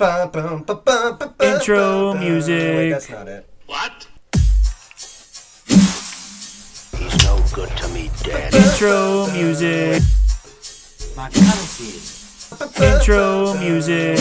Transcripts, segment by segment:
Intro music. Wait, that's not it. What? He's no good to me, Dad. Intro music. My country. Intro music.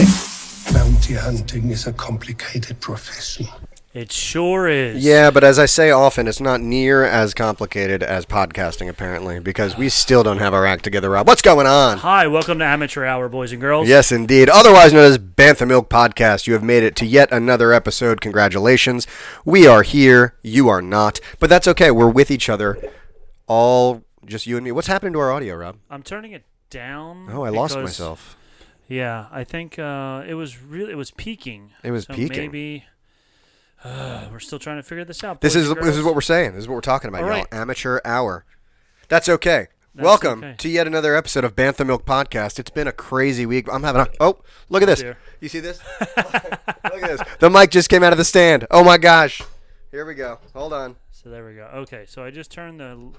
Bounty hunting is a complicated profession. It sure is. Yeah, but as I say often, it's not near as complicated as podcasting, apparently, because we still don't have our act together, Rob. What's going on? Hi, welcome to Amateur Hour, boys and girls. Yes, indeed. Otherwise known as Bantha Milk Podcast, you have made it to yet another episode. Congratulations. We are here. You are not. But that's okay. We're with each other. All just you and me. What's happening to our audio, Rob? I'm turning it down. Oh, I lost because- myself. Yeah, I think uh, it was really it was peaking. It was so peaking. Maybe uh, we're still trying to figure this out. This boys is and this is girls. what we're saying. This is what we're talking about, All y'all. right. Amateur hour. That's okay. Welcome okay. to yet another episode of Bantha Milk Podcast. It's been a crazy week. I'm having a oh look at this. dear. You see this? look at this. The mic just came out of the stand. Oh my gosh. Here we go. Hold on. So there we go. Okay, so I just turned the l-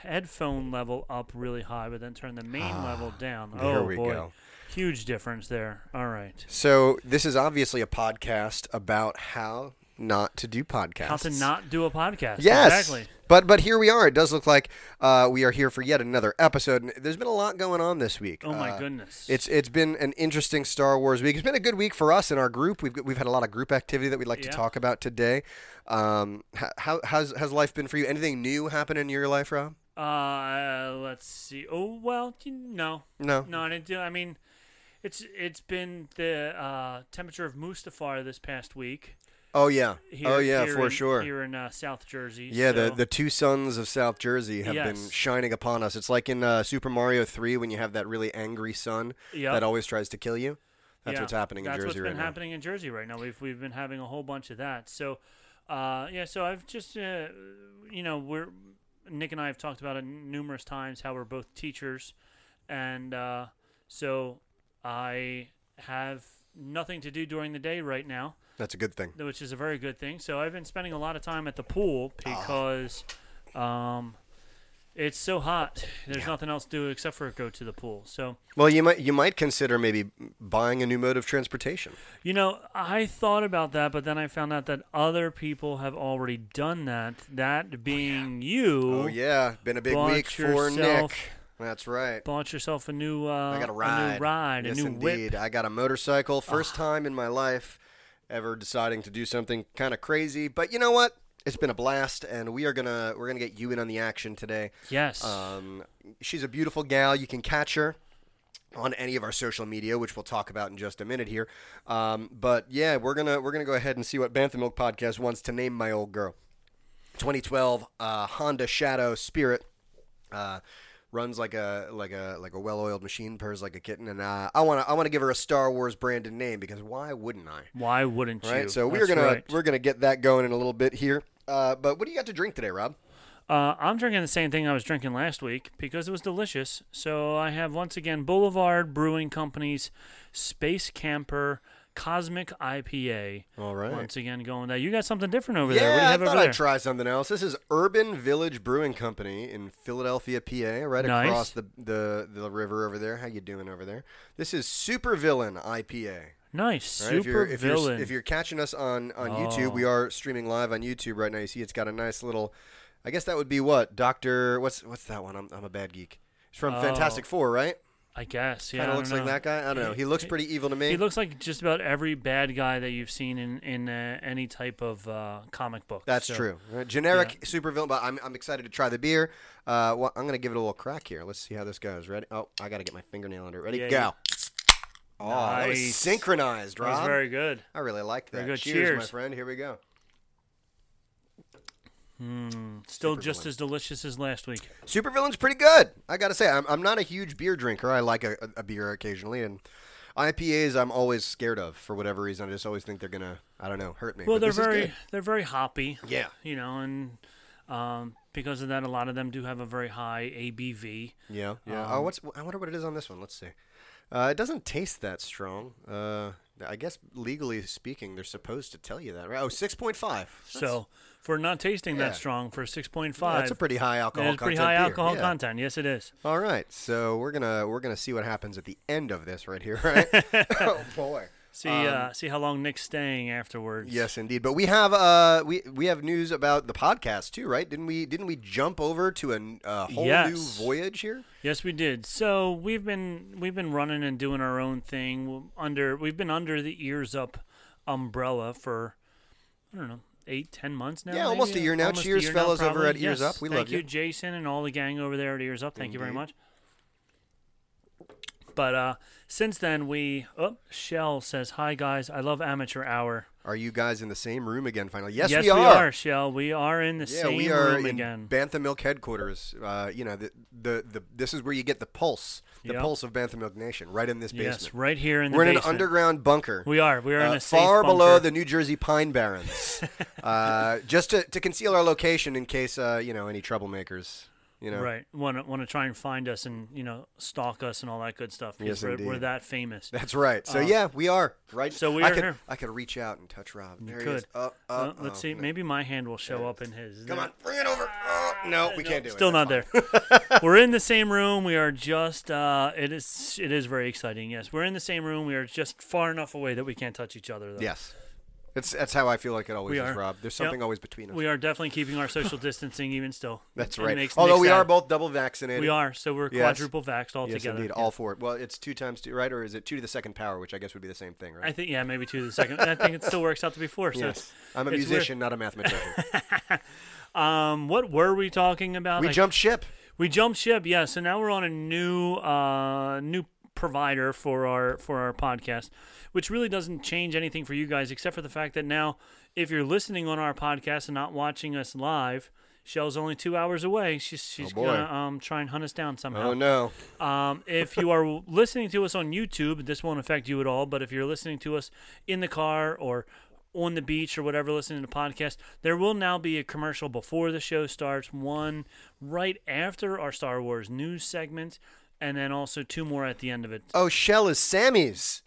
headphone level up really high, but then turned the main level down. Ah, there oh we boy, go. huge difference there. All right, So this is obviously a podcast about how not to do podcasts. how to not do a podcast? Yes. exactly. But but here we are. It does look like uh, we are here for yet another episode. And there's been a lot going on this week. Oh my Uh, goodness. It's it's been an interesting Star Wars week. It's been a good week for us in our group. We've got- we've had a lot of group activity that we'd like Yeah. to talk about today. Um, h- how how's has life been for you? Anything new happen in your life, Rob? Uh, let's see. Oh well, you- no, No. no. I didn't do. I mean, it's it's been the uh, temperature of Mustafar this past week. Oh yeah, Here, oh yeah, here for in- sure. Here in uh, South Jersey. yeah, so- the, the two sons of South Jersey have been Yes. shining upon us. It's like in uh, Super Mario 3 when you have that really angry son Yep. that always tries to kill you. That's yeah, what's happening in that's Jersey what's right been now. happening in Jersey right now. We've we've been having a whole bunch of that. So, uh, yeah. So I've just uh, you know we're Nick and I have talked about it numerous times how we're both teachers, and uh, so I have nothing to do during the day right now. That's a good thing. which is a very good thing. So I've been spending a lot of time at the pool because um, it's so hot. There's nothing else to do except for go to the pool. So Well, you might you might consider maybe buying a new mode of transportation. you know, I thought about that, but then I found out that other people have already done that. That being you, Oh yeah, been a big bought week for Nick. yourself- That's right. bought yourself a new uh, I got a ride. a new ride, yes, a new indeed. whip. I got a motorcycle. First time in my life ever deciding to do something kind of crazy. But you know what? It's been a blast, and we are gonna we're gonna get you in on the action today. Yes. Um, she's a beautiful gal. You can catch her on any of our social media, which we'll talk about in just a minute here. Um, but yeah, we're gonna we're gonna go ahead and see what Bantha Milk Podcast wants to name my old girl. 2012 uh, Honda Shadow Spirit. Uh, runs like a like a like a well-oiled machine purrs like a kitten and uh, I want to I want to give her a Star Wars branded name because why wouldn't I Why wouldn't right you? so we're That's gonna right. we're gonna get that going in a little bit here uh, but what do you got to drink today Rob Uh, I'm drinking the same thing I was drinking last week because it was delicious. So I have once again Boulevard Brewing Company's Space Camper Cosmic IPA. All right. Once again, going there. You got something different over there. What do Yeah, you I have over thought I'd there? try something else. This is Urban Village Brewing Company in Philadelphia, PA, right Nice. across the, the the river over there. How you doing over there? This is Super Villain IPA. Nice. Right? Super if you're, if You're, villain. if you're catching us on Oh. on YouTube, we are streaming live on YouTube right now. You see, it's got a nice little. I guess that would be what Doctor. What's what's that one? I'm, I'm a bad geek. It's from Fantastic Four, right? I guess. Oh. Yeah. I Kind of don't looks like know. that guy. I don't know. He looks pretty evil to me. He looks like just about every bad guy that you've seen in in uh, any type of uh, comic book. That's So- true. Right, Generic super villain, but I'm, I'm excited to try the beer. Uh, well, I'm gonna give it a little crack here. Let's see how this goes. Ready? Oh, I gotta get my fingernail under it. Ready? Yeah, Go. you- Oh, that was Nice. synchronized, That was Rob. very good. I really liked that. very good. Cheers, my Cheers. friend. Here we go. Still just as delicious as last week. Supervillain's pretty good. I gotta say, I'm, I'm not a huge beer drinker. I like a, a beer occasionally, and IPAs I'm always scared of for whatever reason. I just always think they're gonna, I don't know, hurt me. Well, But they're this is very good. they're very hoppy. Yeah. you know, and um, because of that, a lot of them do have a very high ABV. Yeah, yeah. Um, oh, what's? I wonder what it is on this one. Let's see. Uh, it doesn't taste that strong. Uh, I guess legally speaking, they're supposed to tell you that, right? Oh, 6.5. That's- so for not tasting Yeah. that strong for six point five, that's a pretty high alcohol It's pretty content high beer, alcohol yeah. content. Yes, it is. All right, so we're gonna we're gonna see what happens at the end of this right here, right? oh boy. See, uh, see how long Nick's staying afterwards. Um, Yes, indeed. But we have uh we we have news about the podcast too, right? Didn't we didn't we jump over to a n- a whole Yes. new voyage here? Yes, we did. So we've been we've been running and doing our own thing w- under we've been under the ears up umbrella for I don't know eight ten months now. Yeah, almost maybe? a year now. Almost a Cheers, year now, fellas, over probably. at Ears Yes, Up. We thank love you. Jason, and all the gang over there at Ears Up. Thank you very much. But uh, since then, we oh Shell says hi guys. I love amateur hour. Are you guys in the same room again finally? Yes, yes, we, are. Shell. We are in the Yeah, same we are room in again. Bantha Milk headquarters. Uh, you know, the, the the this is where you get the pulse, the Yep. pulse of Bantha Milk Nation, right in this basement. Yes, right here in the We're in basement. an underground bunker. We are. We are in uh, a safe far below bunker. the New Jersey Pine Barrens, uh, just to, to conceal our location in case uh, you know any troublemakers. You know, Right. Want to want to try and find us and you know stalk us and all that good stuff. because Yes, we're, we're indeed. that famous. That's right. So yeah, we are right. Uh, so we I are could, here. I could reach out and touch Rob. There he is. Good. Uh, uh, Uh, let's oh, see. no. Maybe my hand will show up in his. Come on, bring it over. Oh, no, we can't do it. Uh, Still That's not fine. there. we're in the same room. We are just. Uh, it is. It is very exciting. Yes, we're in the same room. We are just far enough away that we can't touch each other. Though. Yes, it's that's how I feel like it always We is, are. Rob. There's Yep. something always between us. We are definitely keeping our social distancing even still. That's It right. makes- Although makes we are that- both double vaccinated. We are. So we're Yes. quadruple vaxxed all Yes, together. indeed. All four. Well, it's two times two, right? Or is it two to the second power, which I guess would be the same thing, right? I think yeah, maybe two to the second. I think it still works out to be four. So yes. it's- I'm a it's weird. musician, not a mathematician. Um, what were we talking about? we I- jumped ship. We jumped ship, yeah. So now we're on a new uh, new provider for our for our podcast, which really doesn't change anything for you guys except for the fact that now, if you're listening on our podcast and not watching us live, Shell's only two hours away. She's she's Oh, boy. gonna um, try and hunt us down somehow. Oh no. Um, if you are listening to us on YouTube, this won't affect you at all. But if you're listening to us in the car or on the beach or whatever, listening to the podcast, there will now be a commercial before the show starts, one right after our Star Wars news segment, and then also two more at the end of it. Oh, Shell is Sammy's.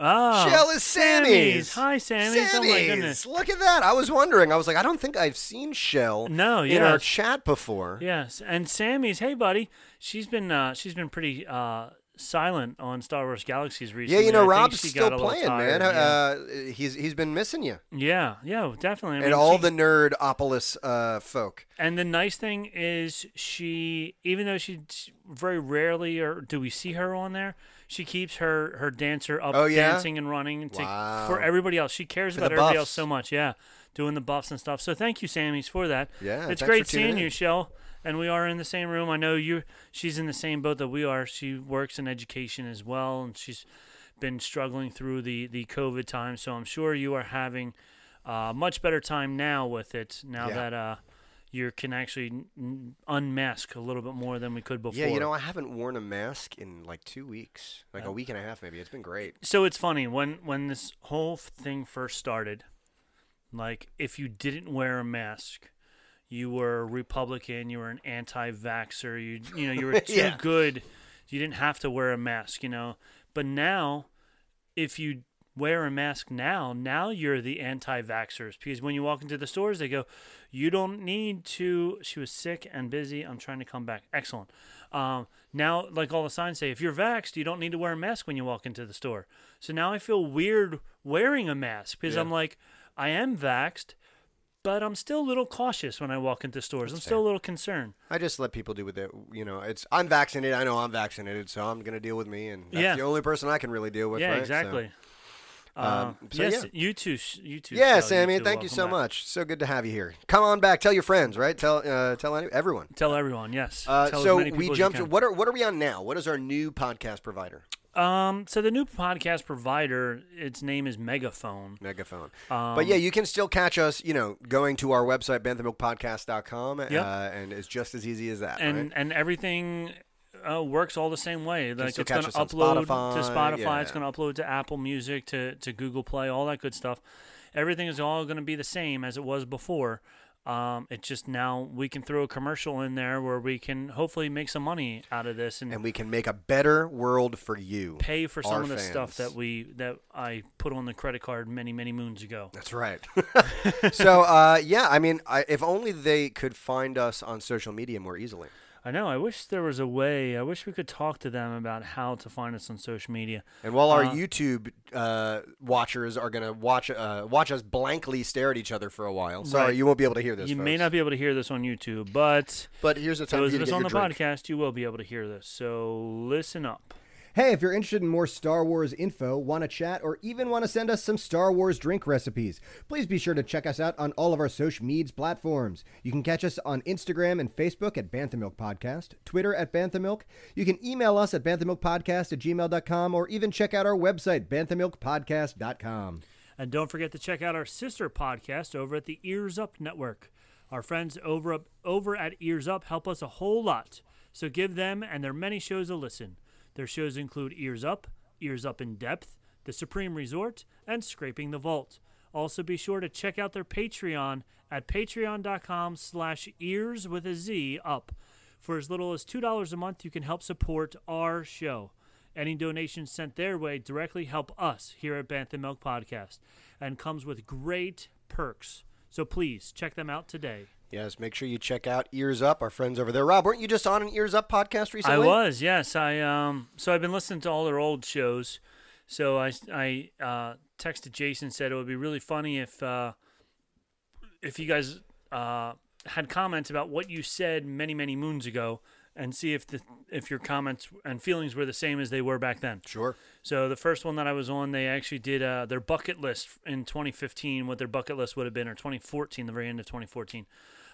Oh, Shell is Sammy's. Hi, Sammy's. Oh, my goodness. Sammy's. Look at that. I was wondering. I was like, I don't think I've seen Shell No, in our yes. chat before. Yes, and Sammy's. Hey, buddy. She's been uh, she's been pretty uh, silent on Star Wars Galaxies recently. Yeah, you know, I think Rob's she still got a little playing, man. tired, How- yeah. Uh, he's he's been missing you Yeah, yeah, definitely. I mean, and all she- the nerd Opolis uh, folk. and the nice thing is she, even though she she very rarely or do we see her on there, she keeps her her dancer up Oh, yeah? dancing and running to, Wow. for everybody else. She cares For the about everybody else buffs. so much. Yeah, doing the buffs and stuff. So thank you, Sammy's, for that. Yeah, thanks it's for great tuning seeing in. you, Shell. And we are in the same room. I know you. She's in the same boat that we are. She works in education as well, and she's been struggling through the the COVID time. So I'm sure you are having uh, much better time now with it. Now Yeah. that uh, you can actually n- n- unmask a little bit more than we could before. Yeah, you know, I haven't worn a mask in like two weeks, like a week and a half, maybe. It's been great. so it's funny when when this whole thing first started. Like if you didn't wear a mask, you were a Republican, you were an anti-vaxxer, you you know you were too Yeah. good, you didn't have to wear a mask, you know. But now, if you wear a mask now, now you're the anti-vaxxers because when you walk into the stores, they go, "You don't need to." She was sick and busy. I'm trying to come back. Excellent. Um, now, like all the signs say, if you're vaxxed, you don't need to wear a mask when you walk into the store. So now I feel weird wearing a mask because I'm like, I am vaxxed but I'm still a little cautious when I walk into stores. I'm still a little concerned. I just let people do with it. You know, it's I'm vaccinated. I know I'm vaccinated, so I'm gonna deal with me, and that's Yeah. the only person I can really deal with. yeah, right? So- exactly. um, Uh, so, yes, yeah. you too. sh- You too. Yeah, Shell, Sammy, too. thank you Welcome so back. much. So good to have you here. Come on back. Tell your friends, right? Tell uh, tell any, everyone. Tell everyone. Yes. Uh, Tell as so many we people as you jumped. can. What are what are we on now? What is our new podcast provider? Um, so the new podcast provider, its name is Megaphone. Megaphone. Um, but yeah, you can still catch us, you know, going to our website, banthammilkpodcast.com, Yep. uh, and it's just as easy as that. and right? and everything uh, works all the same way. Like still it's going to catch us on upload to Spotify, Spotify. yeah. It's going to upload to Apple Music, to to Google Play, all that good stuff. Everything is all going to be the same as it was before. Um, it's just now we can throw a commercial in there where we can hopefully make some money out of this and, And we can make a better world for you. pay for some our of the stuff fans. that we that I put on the credit card many many moons ago. That's right. so uh, yeah, I mean, I, if only they could find us on social media more easily. I know. I wish there was a way. I wish we could talk to them about how to find us on social media. And while Uh-huh. our YouTube uh, watchers are gonna watch uh, watch us blankly stare at each other for a while, sorry, Right. you won't be able to hear this. you may folks. not be able to hear this on YouTube, but But here's the time those for of you to us get on the your drink. podcast, you will be able to hear this. So listen up. Hey, if you're interested in more Star Wars info, want to chat, or even want to send us some Star Wars drink recipes, please be sure to check us out on all of our social medias platforms. You can catch us on Instagram and Facebook at Banthamilk Podcast, Twitter at Banthamilk. You can email us at banthamilkpodcast at gmail.com, or even check out our website, banthamilkpodcast.com. And don't forget to check out our sister podcast over at the Ears Up Network. Our friends over up, over at Ears Up help us a whole lot. So give them and their many shows a listen. Their shows include Ears Up, Ears Up in Depth, The Supreme Resort, and Scraping the Vault. Also be sure to check out their Patreon at patreon.com slash ears with a Z up. For as little as $2 a month, you can help support our show. Any donations sent their way directly help us here at Bantha Milk Podcast and comes with great perks. So please check them out today. Yes, make sure you check out Ears Up, our friends over there. Rob, weren't you just on an Ears Up podcast recently? I was, yes. I um so I've been listening to all their old shows. So I I uh texted Jason said it would be really funny if uh if you guys uh had comments about what you said many many moons ago and see if the if your comments and feelings were the same as they were back then. Sure. So the first one that I was on, they actually did uh, their bucket list in 2015, what their bucket list would have been, or 2014, the very end of 2014.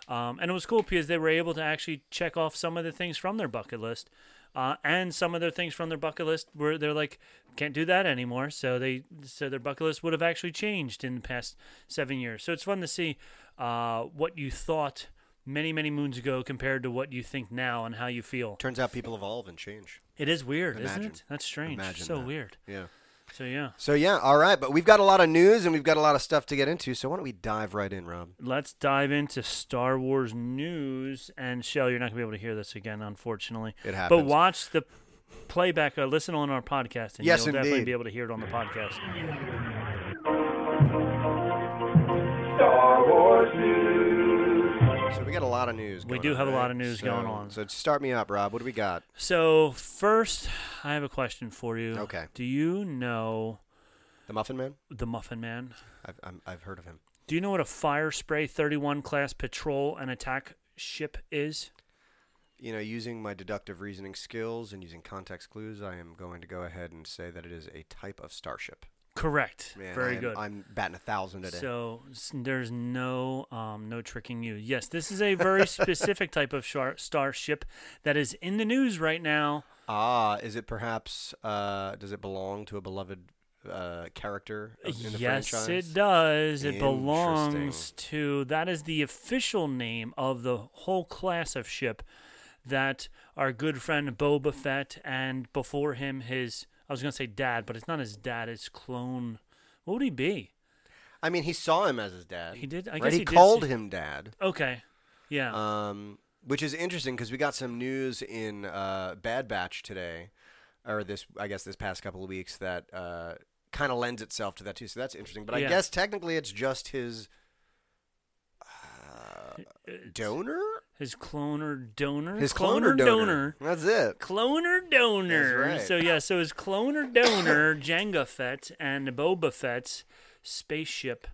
Um, and it was cool because they were able to actually check off some of the things from their bucket list, uh, and some of their things from their bucket list where they're like, can't do that anymore. So they so their bucket list would have actually changed in the past seven years. So it's fun to see uh, what you thought many many moons ago compared to what you think now and how you feel. Turns out people evolve and change. It is weird, Imagine. isn't it? That's strange. Imagine so that. weird. Yeah. So yeah. So yeah, all right, but we've got a lot of news and we've got a lot of stuff to get into. So why don't we dive right in, Rob? let's dive into Star Wars news. And Shell, you're not gonna be able to hear this again, unfortunately. It But happens. watch the playback or listen on our podcast, and Yes, you'll definitely indeed. be able to hear it on the podcast. So we got a lot of news. We going do on, have a lot right? of news So- going on. So start me up, Rob. What do we got? So first, I have a question for you. Okay. Do you know The Muffin Man. the Muffin Man? I've I'm, I've heard of him. Do you know what a fire spray 31 class patrol and attack ship is? You know, using my deductive reasoning skills and using context clues, I am going to go ahead and say that it is a type of starship. Correct. Man, I Very am- good. I'm batting a thousand today. So s- there's no um, no tricking you. Yes, this is a very specific type of shar starship that is in the news right now. Ah, is it perhaps? Uh, does it belong to a beloved uh, character of- in the yes, franchise? it does. It belongs Interesting. to that is the official name of the whole class of ship that our good friend Boba Fett and before him his I was gonna say dad, but it's not his dad. It's clone. What would he be? I mean, he saw him as his dad. He did- I right? guess he, he did called see- him dad. Okay, yeah. Um, which is interesting because we got some news in uh, Bad Batch today, or this I guess this past couple of weeks that uh, kind of lends itself to that too. So that's interesting. But I Yeah. guess technically it's just his uh, donor, his clone or donor. his Clone cloner or donor. That's it. Cloner Donor. That's right. So yeah, so his Cloner Donor, Jango Fett, and Boba Fett's spaceship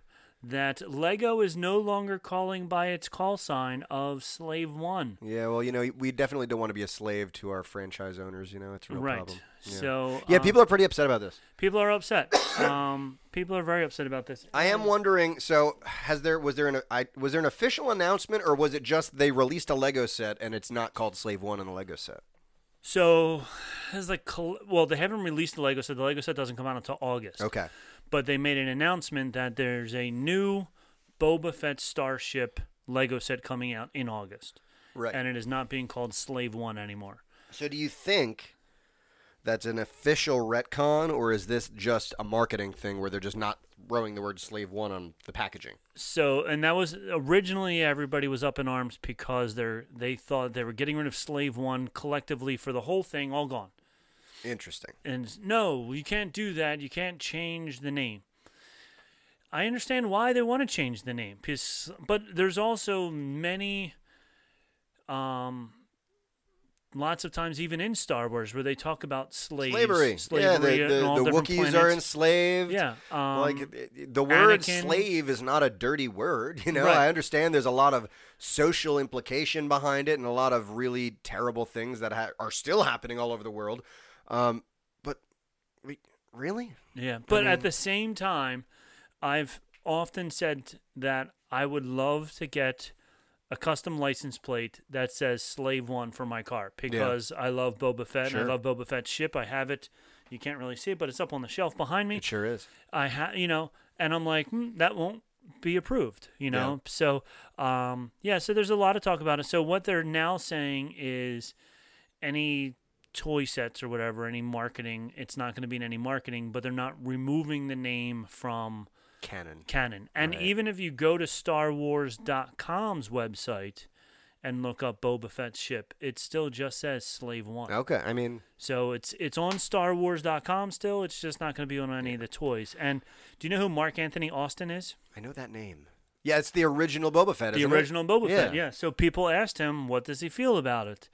that Lego is no longer calling by its call sign of Slave One. Yeah, well, you know, we definitely don't want to be a slave to our franchise owners. You know, it's a real Right. problem. Yeah. So yeah, um, people are pretty upset about this. people are upset. um, people are very upset about this. I am wondering. So, has there was there an I, was there an official announcement, or was it just they released a Lego set and it's not called Slave One in the Lego set? So it's like col- well, they haven't released the Lego set. The Lego set doesn't come out until August. Okay. But they made an announcement that there's a new Boba Fett starship Lego set coming out in August. Right. And it is not being called Slave 1 anymore. So do you think that's an official retcon, or is this just a marketing thing where they're just not throwing the word "slave one" on the packaging? So, and that was originally everybody was up in arms because they're they thought they were getting rid of Slave 1 collectively for the whole thing all gone. Interesting. and no, you can't do that. You can't change the name. I understand why they want to change the name, 'cause- but there's also many, um, lots of times even in Star Wars where they talk about slaves, Slavery. slavery, yeah, and the, all the, the different Wookiees planets. are enslaved. Yeah, um, like it- it- the word Anakin- "slave" is not a dirty word. You know, Right. I understand there's a lot of social implication behind it, and a lot of really terrible things that ha- are still happening all over the world. Um, but we, really, Yeah, but at the same time, I've often said that I would love to get a custom license plate that says Slave One for my car because I love Boba Fett and Sure. I love Boba Fett's ship. I have it. You can't really see it, but it's up on the shelf behind me. sure is. I ha you know, and I'm like, hmm, that won't be approved, you know. So, um, yeah. So there's a lot of talk about it. So what they're now saying is, any toy sets or whatever, any marketing, it's not going to be in any marketing, but they're not removing the name from Canon. canon. And even if you go to StarWars.com's website and look up Boba Fett's ship, it still just says Slave One. Okay, I mean, So it's it's on StarWars.com still. It's just not going to be on any of the toys. And do you know who Mark Anthony Austin is? I know that name. Yeah, it's the original Boba Fett. The isn't original it? Boba Fett. Yeah. So people asked him, what does he feel about it?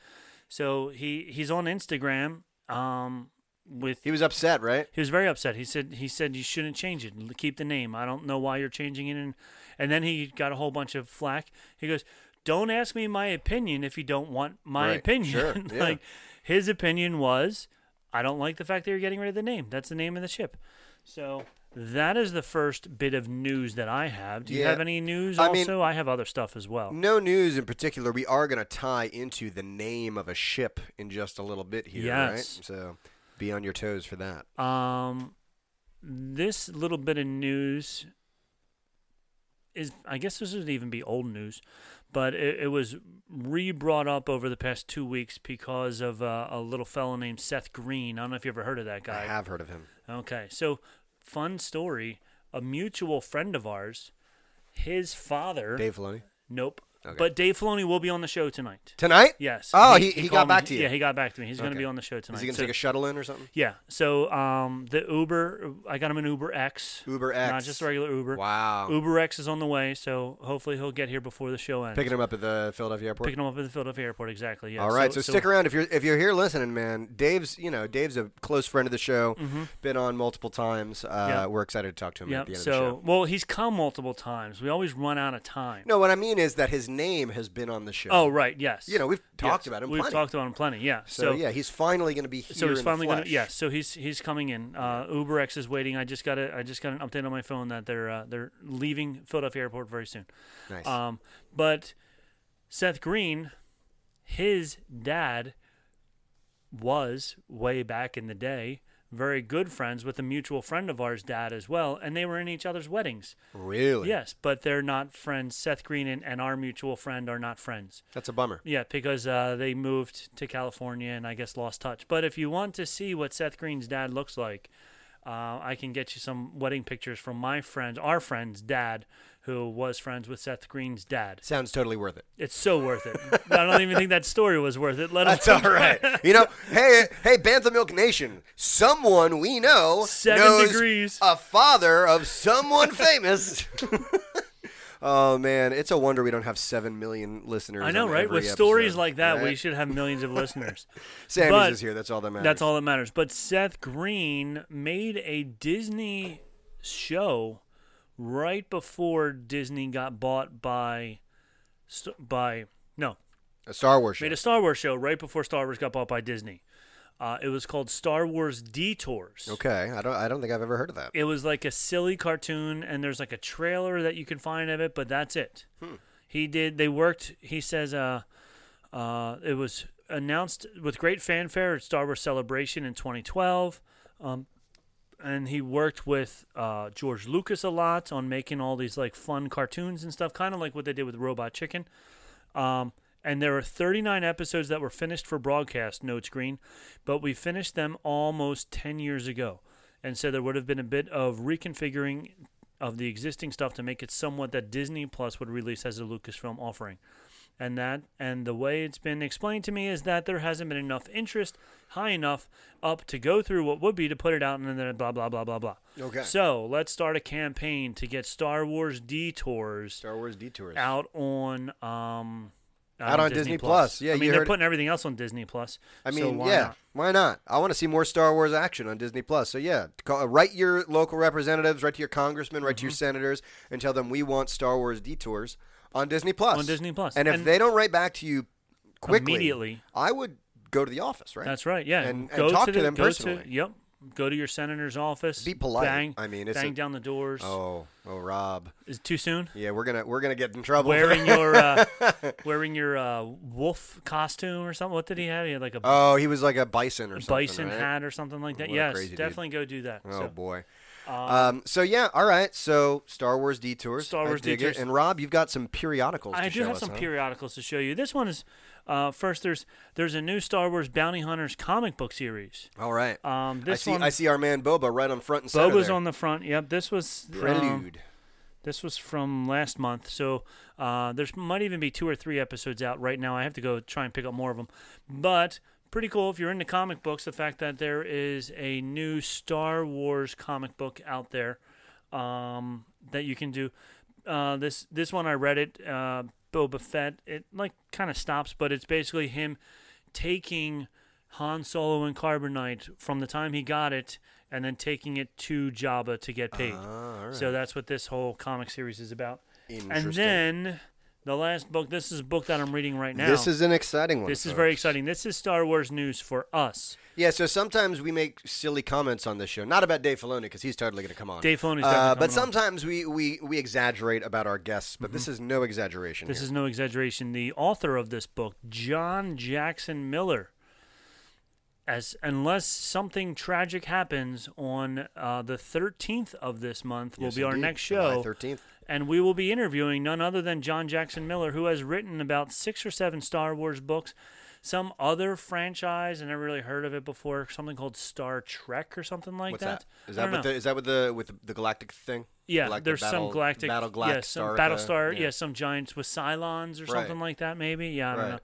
So he he's on Instagram. Um, with He was upset, right? he was very upset. He said he said you shouldn't change it. L- Keep the name. I don't know why you're changing it. And and then he got a whole bunch of flack. He goes, "Don't ask me my opinion if you don't want my Right, opinion." sure, yeah. like his opinion was, "I don't like the fact that you're getting rid of the name. That's the name of the ship." So that is the first bit of news that I have. Do you Yeah. have any news? I mean- also, I have other stuff as well. No news in particular. We are going to tie into the name of a ship in just a little bit here, Yes. right? So be on your toes for that. Um, this little bit of news is, I guess this would even be old news, but it, it was re brought up over the past two weeks because of uh, a little fellow named Seth Green. I don't know if you ever heard of that I guy. have heard of him. Okay, so fun story. A mutual friend of ours, his father. Dave Filoni. Nope. Okay. But Dave Filoni will be on the show tonight. Tonight? Yes. Oh, he, he, got called me. back to you. Yeah, he got back to me. He's going to Okay. be on the show tonight. Is he going to So- take a shuttle in or something? yeah. So um, the Uber, I got him an Uber X. Uber X. Not just a regular Uber. Wow. Uber X is on the way, so hopefully he'll get here before the show ends. Picking him up at the Philadelphia airport. Picking him up at the Philadelphia airport, exactly. Yeah. All right, so, stick around if you're if you're here listening, man. Dave's you know Dave's a close friend of the show, been on multiple times. Uh, Mm-hmm. Yeah. We're excited to talk to him Yeah. at the end of the So show. well, he's come multiple times. We always run out of time. No, what I mean is that his name has been on the show. Oh right. Yes. You know, we've talked about him We've plenty. talked about him plenty. Yeah. so, yeah, he's finally going to be here. so he's in the finally gonna flesh. yes so he's he's coming in uh uber x is waiting i just got a i just got an update on my phone that they're uh, they're leaving philadelphia airport very soon Nice. um but seth green his dad was way back in the day very good friends with a mutual friend of ours dad as well and they were in each other's weddings Really? yes but they're not friends seth green and, and our mutual friend are not friends That's a bummer. yeah, because uh, they moved to California and I guess lost touch. But if you want to see what Seth Green's dad looks like, uh, I can get you some wedding pictures from my friend, our friend's dad, who was friends with Seth Green's dad. Sounds totally worth it. It's so worth it. I don't even think that story was worth it. Let That's all alone- right. You know, hey, hey, Bantha Milk Nation. Someone we know Seven knows degrees. a father of someone famous. oh man, it's a wonder we don't have seven million listeners. I know, on right? every With stories episode, like that, we right? should have millions of listeners. Sammy's but- is here. That's all that matters. That's all that matters. But Seth Green made a Disney show right before Disney got bought by st- by no A Star Wars show. made a Star Wars show right before Star Wars got bought by Disney. Uh, it was called Star Wars Detours. okay, I don't. I don't think I've ever heard of that. It was like a silly cartoon, and there's like a trailer that you can find of it, but that's it. He did. They worked. He says, uh, uh, it was announced with great fanfare at Star Wars Celebration in 2012. Um, and he worked with uh, George Lucas a lot on making all these like fun cartoons and stuff, kind of like what they did with Robot Chicken. Um, and there are 39 episodes that were finished for broadcast, notes Green, but we finished them almost 10 years ago. And so there would have been a bit of reconfiguring of the existing stuff to make it somewhat that Disney Plus would release as a Lucasfilm offering. And that and the way it's been explained to me is that there hasn't been enough interest high enough up to go through what would be to put it out and then blah blah blah blah blah. Okay. So let's start a campaign to get Star Wars detours Star Wars Detours. out on um Out on Disney Plus. Yeah, I mean you they're heard it. putting everything else on Disney Plus. I so mean, why yeah, not? why not? I want to see more Star Wars action on Disney Plus. So yeah, call, write your local representatives, write to your congressmen, write to Mm-hmm. your senators, and tell them we want Star Wars detours on Disney Plus. On Disney Plus. And if And- they don't write back to you quickly, Immediately. I would go to the office. Right. That's right. Yeah, And, and go talk to, to, the- them go personally. To, yep, go to your senator's office. Be polite. Bang, I mean, it's bang a- down the doors. Oh, oh, Rob. Is it too soon? Yeah, we're gonna we're gonna get in trouble. for Wearing that. your uh, wearing your uh, wolf costume or something. What did he have? He had like a Oh, he was like a bison or something. bison right? hat or something like that. What a yes, crazy dude. definitely go do that. Oh So, boy. Um, so yeah, all right. So Star Wars detours. Star I Wars dig it. detours. And Rob, you've got some periodicals. I to do show have us, some huh? periodicals to show you. This one is uh, first. There's there's a new Star Wars Bounty Hunters comic book series. All right. Um, I this see. one- I see our man Boba right on front and center. Boba's there. on the front. Yep, this was um, prelude. this was from last month, so uh, there's might even be two or three episodes out right now. I have to go try and pick up more of them, but pretty cool if you're into comic books. The fact that there is a new Star Wars comic book out there um, that you can do. Uh, this this one I read it. Uh, Boba Fett. It like kind of stops, but it's basically him taking Han Solo and Carbonite from the time he got it, and then taking it to Jabba to get paid. So that's what this whole comic series is about. And Ah, Interesting. then the last book. This is a book that I'm reading right now. this is an exciting one. this is folks. very exciting. This is Star Wars news for us. Yeah. So sometimes we make silly comments on this show, not about Dave Filoni because he's totally going to come on. Dave Filoni's Uh, definitely coming on. but sometimes we, we we exaggerate about our guests, but this is no exaggeration. Mm-hmm. This here. is no exaggeration. The author of this book, John Jackson Miller, as unless something tragic happens on uh, the 13th of this month, will Yes, be our indeed. next July show. 13th. And we will be interviewing none other than John Jackson Miller, who has written about six or seven Star Wars books, some other franchise, I never really heard of it before, something called Star Trek or something like What's that. that? Is I that don't with know. the is that with the with the, the galactic thing? Yeah, Galactic there's battle- some galactic, battle galactic uh, yeah, some star at the- battlestar, yeah. some giants with Cylons or something Right. like that, maybe. Yeah, I don't Right.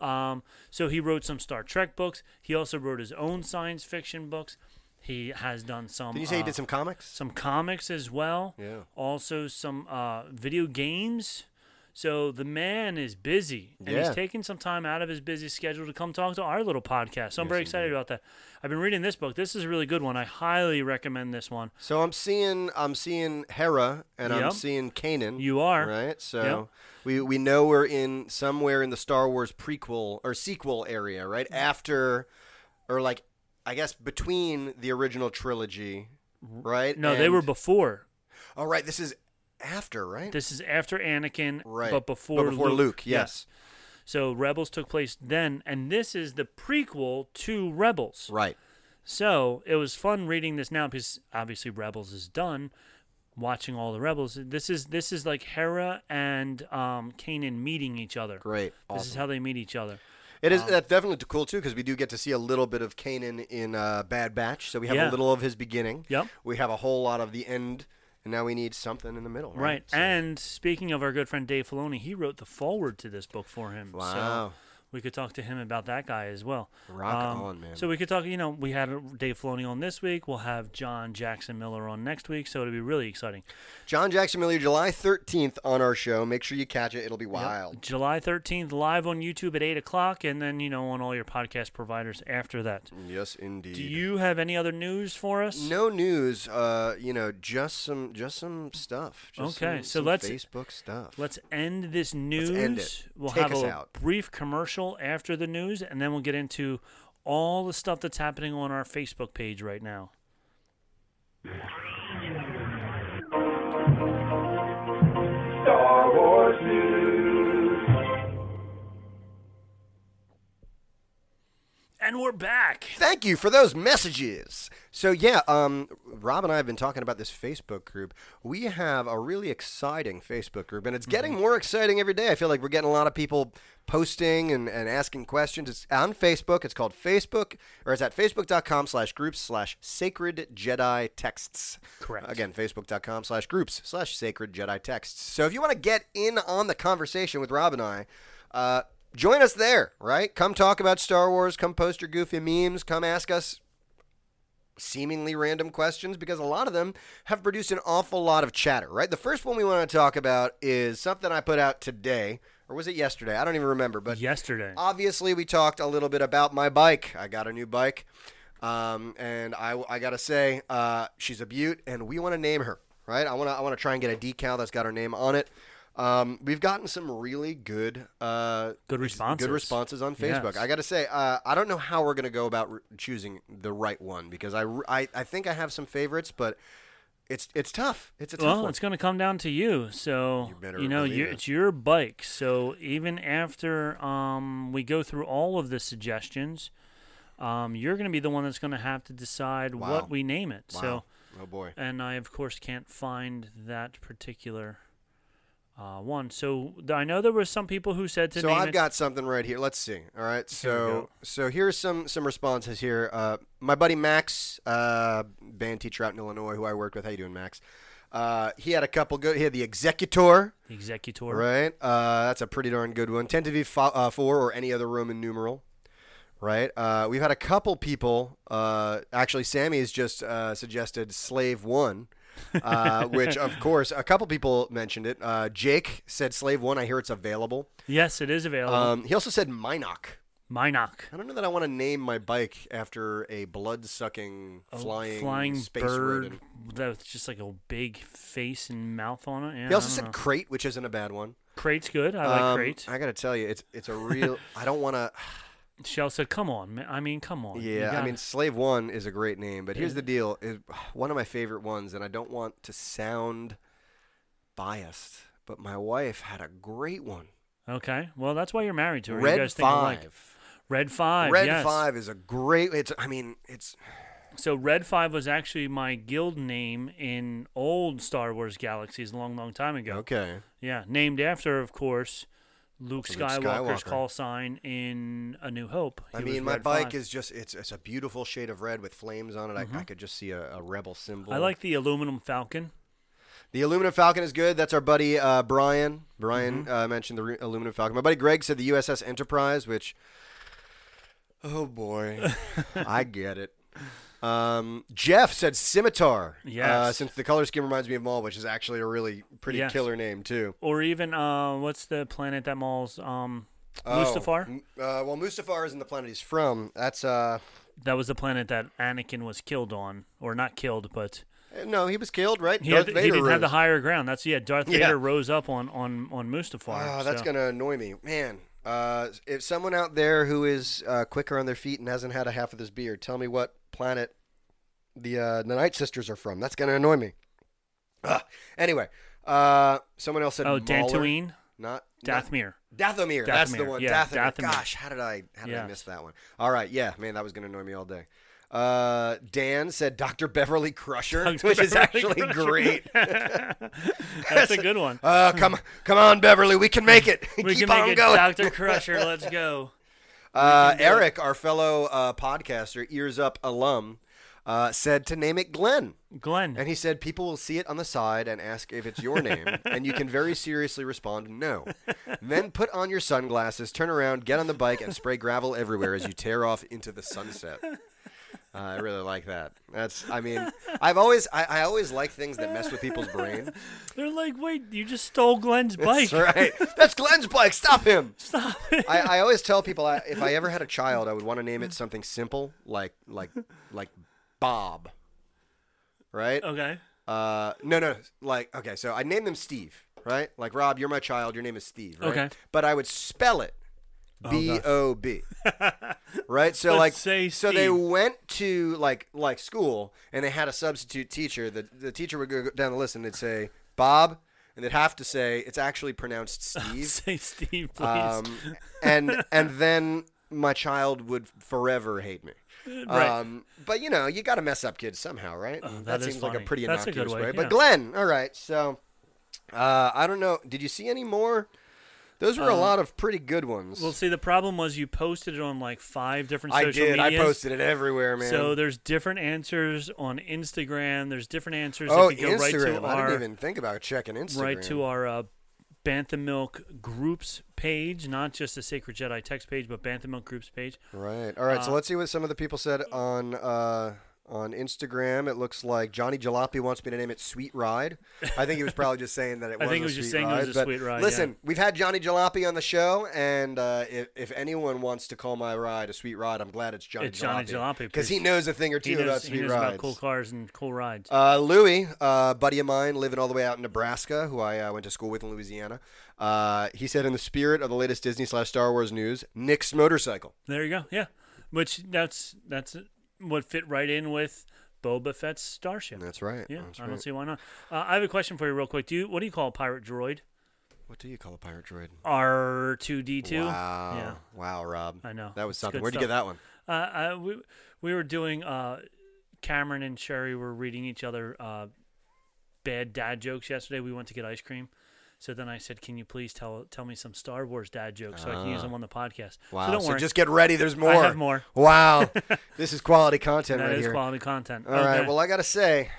know. Um, so he wrote some Star Trek books. He also wrote his own science fiction books. He has done some. Did you say he uh, did some comics? some comics as well. Yeah. Also some uh, video games. So the man is busy, and Yeah. he's taking some time out of his busy schedule to come talk to our little podcast. So I'm very excited about that. I've been reading this book. This is a really good one. I highly recommend this one. So I'm seeing I'm seeing Hera and I'm Yep. seeing Kanan. You are. right. So Yep. we we know we're in somewhere in the Star Wars prequel or sequel area, right after, or like I guess between the original trilogy, right? No, they were before. before. All right, this is after, right? This is after Anakin, right, but before, Luke. Yeah. yes. So Rebels took place then, and this is the prequel to Rebels. right. So it was fun reading this now because obviously Rebels is done. Watching all the Rebels, this is this is like Hera and um, Kanan meeting each other. Great, This is how they meet each other. It is that's definitely cool too because we do get to see a little bit of Kanan in uh, Bad Batch. So we have Yeah. a little of his beginning. Yep. We have a whole lot of the end, and now we need something in the middle. Right. Right. So- And speaking of our good friend Dave Filoni, he wrote the forward to this book for him. Wow. So we could talk to him about that guy as well. Um, Rock on, man. So we could talk, you know, we had uh, Dave Filoni on this week. We'll have John Jackson Miller on next week. So it'll be really exciting. John Jackson Miller, July thirteenth on our show. Make sure you catch it; it'll be wild. July 13th, live on YouTube at 8 o'clock, and then, you know, on all your podcast providers after that. Yes, indeed. Do you have any other news for us? no news, uh, you know, just some, just some stuff. Just Okay, some- so some let's- Facebook stuff. Let's end this news. end it. We'll Take have us a out. brief commercial after the news, and then we'll get into all the stuff that's happening on our Facebook page right now. And we're back. Thank you for those messages. So yeah, um, Rob and I have been talking about this Facebook group. We have a really exciting Facebook group, and it's getting more exciting every day. I feel like we're getting a lot of people posting and, and asking questions. It's on Facebook. It's called Facebook, or it's at facebook.com slash groups slash sacred Jedi texts. Correct. Again, facebook.com slash groups slash sacred Jedi texts. So if you want to get in on the conversation with Rob and I, uh, join us there, right? Come talk about Star Wars. Come post your goofy memes. Come ask us seemingly random questions because a lot of them have produced an awful lot of chatter, right? The first one we want to talk about is something I put out today, or was it yesterday? I don't even remember, but Yesterday. obviously we talked a little bit about my bike. I got a new bike, um, and I, I gotta say uh, she's a beaut, and we want to name her right. I wanna I wanna try and get a decal that's got her name on it. Um, we've gotten some really good uh, Good responses. Good responses on Facebook. Yes. I got to say, uh, I don't know how we're going to go about re- choosing the right one because I, r- I- I think I have some favorites, but it's it's tough. It's a tough Well, one. it's going to come down to you. So You better know, believe you it. it's your bike. So even after um, we go through all of the suggestions, um, you're going to be the one that's going to have to decide Wow. what we name it. So, oh boy. and I of course can't find that particular uh, one. So th- I know there were some people who said to So name I've it- got something right here. Let's see. All right. So go. so here's some some responses here. Uh, my buddy Max, uh, band teacher out in Illinois, who I worked with. How you doing, Max? Uh, he had a couple good. He had the Executor. the executor. Right. Uh, that's a pretty darn good one. Tentative fo- uh, four or any other Roman numeral. Right. Uh, we've had a couple people. Uh, actually, Sammy has just uh, suggested slave one, uh, which of course a couple people mentioned it. Uh, Jake said slave one. I hear it's available. Yes, it is available. Um, he also said Minoc. Minoc. I don't know that I want to name my bike after a blood-sucking, flying, flying space bird rodent. that's just like a big face and mouth on it. Yeah, He I also don't said know. crate, which isn't a bad one. crate's good. I like Um, crate. I gotta tell you, it's it's a real. I don't want to. Shell said, "Come on, man. I mean, come on." You Yeah, I gotta- mean, Slave One is a great name, but here's the deal: is one of my favorite ones, and I don't want to sound biased, but my wife had a great one. okay. Well, that's why you're married to her. you Red guys think alike. Five. Red Five. Red yes. Five is a great. It's. I mean, it's. So Red Five was actually my guild name in old Star Wars galaxies, a long, long time ago. Okay. Yeah, named after, of course, Luke Luke Skywalker's Skywalker. call sign in A New Hope. I He was mean, my Red bike Five. is just. It's. It's a beautiful shade of red with flames on it. I, I could just see a, a rebel symbol. Mm-hmm. I like the aluminum Falcon. The aluminum Falcon is good. That's our buddy uh, Brian. Mm-hmm. Brian uh, mentioned the re- aluminum Falcon. My buddy Greg said the USS Enterprise, which, oh boy, I get it. Um, Jeff said Scimitar. Uh, Yes. since the color scheme reminds me of Maul, which is actually a really pretty Yes. killer name too. or even uh, what's the planet that Maul's um, Oh, Mustafar? m- uh, well, Mustafar isn't the planet he's from. That's uh, That was the planet that Anakin was killed on, or not killed, but no, he was killed, right? he, Darth had, he Vader didn't have the rose. higher ground. That's yeah. Darth Yeah. Vader rose up on on on Mustafar. Oh, that's so- gonna annoy me, man. Uh, if someone out there who is uh, quicker on their feet and hasn't had a half of this beer, tell me what planet the uh, the Night Sisters are from. That's gonna annoy me. Ugh. Anyway, uh, someone else said Oh, Mauler. Dantooine, not not- Dathmir. Dathomir. That's the Dathomir, one. yeah, Dathomir. Dathomir. Gosh, how did I how did I Yeah. miss that one? All right, yeah, man, that was gonna annoy me all day. Uh, Dan said Dr. Beverly Crusher, Dr. which is Beverly actually Crusher. great. That's a good one. Uh, come come on, Beverly, we can make it. we Keep can make on it going. Doctor Crusher. Let's go. Uh, Eric, our fellow uh, podcaster, Ears Up alum, uh, said to name it Glenn. Glenn. And he said, People will see it on the side and ask if it's your name, and you can very seriously respond, No. then put on your sunglasses, turn around, get on the bike, and spray gravel everywhere as you tear off into the sunset. Uh, I really like that. That's, I mean, I've always, I, I always like things that mess with people's brain. They're like, wait, you just stole Glenn's bike. That's right. That's Glenn's bike. Stop him. Stop him. I, I always tell people I, if I ever had a child, I would want to name it something simple like like like Bob. Right? Okay. Uh, no, no. Like okay, so I named them Steve. Right? Like Rob, you're my child. Your name is Steve. Right? Okay. But I would spell it. B O B, right? So Let's like, say so they Steve. went to like like school, and they had a substitute teacher. The the teacher would go down the list and they'd say Bob, and they'd have to say it's actually pronounced Steve. Say Steve, please. Um, and and then my child would forever hate me. right. Oh, Um, but you know, you got to mess up kids somehow, right? that is seems like a funny. pretty That's a good innocuous way, way. yeah. But Glenn, all right. So uh, I don't know. Did you see any more? Those were a lot of pretty good ones. Uh, Well, see, the problem was you posted it on like five different I social did. I medias. posted it everywhere, man. So there's different answers on Instagram. There's different answers oh, that could go Instagram. right to I our didn't even think about checking Instagram. right to our uh, Bantha Milk groups page, not just the Sacred Jedi text page, but Bantha Milk groups page. Right. All right. Uh, so let's see what some of the people said on uh, on Instagram. It looks like Johnny Jalopy wants me to name it Sweet Ride. I think he was probably just saying that it I was think he a was just sweet saying it ride. was a but sweet ride, yeah. Listen, we've had Johnny Jalopy on the show, and uh, if, if anyone wants to call my ride a sweet ride, I'm glad it's Johnny It's Johnny Jalopy, because he because knows a thing or two He knows, about he sweet knows rides. about cool cars and cool rides. Uh, Louis, uh, buddy of mine, living all the way out in Nebraska, who I uh, went to school with in Louisiana, uh, he said, in the spirit of the latest Disney slash Star Wars news, Nick's motorcycle. there you go. Yeah, which that's that's what fit right in with Boba Fett's starship. That's right. yeah, That's I don't right. see why not. Uh, I have a question for you, real quick. Do you, what do you call a pirate droid? What do you call a pirate droid? R two D two. Wow. Yeah. Oh, Wow, Rob. I know. That was It's something. good Where'd you get stuff. that one? Uh, I, we we were doing. Uh, Cameron and Sherry were reading each other uh, bad dad jokes yesterday. We went to get ice cream, so then I said, "Can you please tell tell me some Star Wars dad jokes so I can use them on the podcast?" Ah. Wow. So don't worry. just get ready. There's more. have more. Wow. this is quality content That right is here. quality content. All right. Okay. Well, I got to say,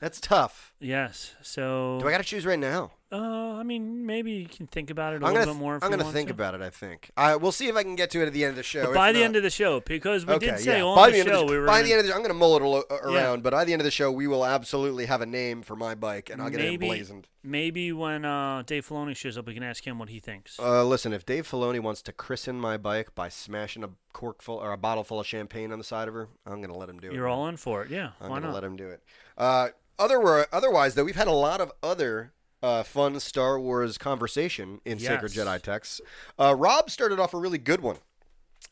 that's tough. yes. So Do I got to choose right now? Uh, I mean, maybe you can think about it a I'm little gonna. bit more. If I'm you gonna want think to. about it. I think. I we'll see if I can get to it at the end of the show. But If by the not- end of the show, because we okay, did say yeah. on by the end of show we were by gonna- the end of the, I'm gonna mull it all, uh, Yeah. around, but by the end of the show, we will absolutely have a name for my bike, and I'll get it maybe emblazoned. maybe when uh, Dave Filoni shows up, we can ask him what he thinks. Uh, listen, if Dave Filoni wants to christen my bike by smashing a cork full or a bottle full of champagne on the side of her, I'm gonna let him do it. You're man. all in for it, yeah. I'm why gonna not? let him do it. Uh, other otherwise though, we've had a lot of other. Uh, fun Star Wars conversation in Sacred Yes. Jedi texts. Uh, Rob started off a really good one.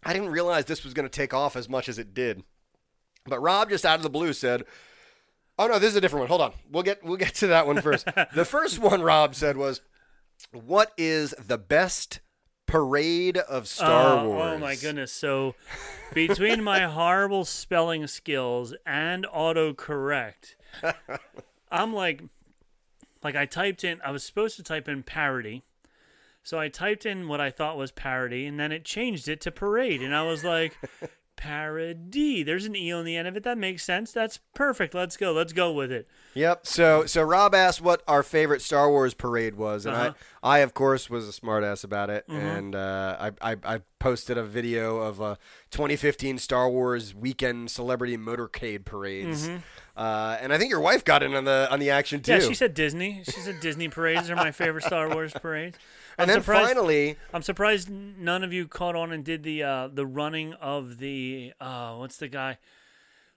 I didn't realize this was going to take off as much as it did, but Rob just out of the blue said, "Oh no, this is a different one. Hold on, we'll get we'll get to that one first. the first one Rob said was, "What is the best parade of Star Uh, Wars?" Oh my goodness! So, between my horrible spelling skills and autocorrect, I'm like, like I typed in. I was supposed to type in parody, so I typed in what I thought was parody, and then it changed it to parade, and I was like. Parody. There's an E on the end of it. That makes sense. That's perfect. Let's go. Let's go with it. Yep. So so Rob asked what our favorite Star Wars parade was, and Uh-huh. Mm-hmm. I I of course was a smartass about it, and uh, I, I I posted a video of uh, 2015 Star Wars weekend celebrity motorcade parades, uh, and I think your wife got in on the on the action too. Mm-hmm. Yeah, she said Disney. She said Disney parades are my favorite Star Wars parades. and then finally, I'm surprised n- none of you caught on and did the uh, the running of the uh, what's the guy,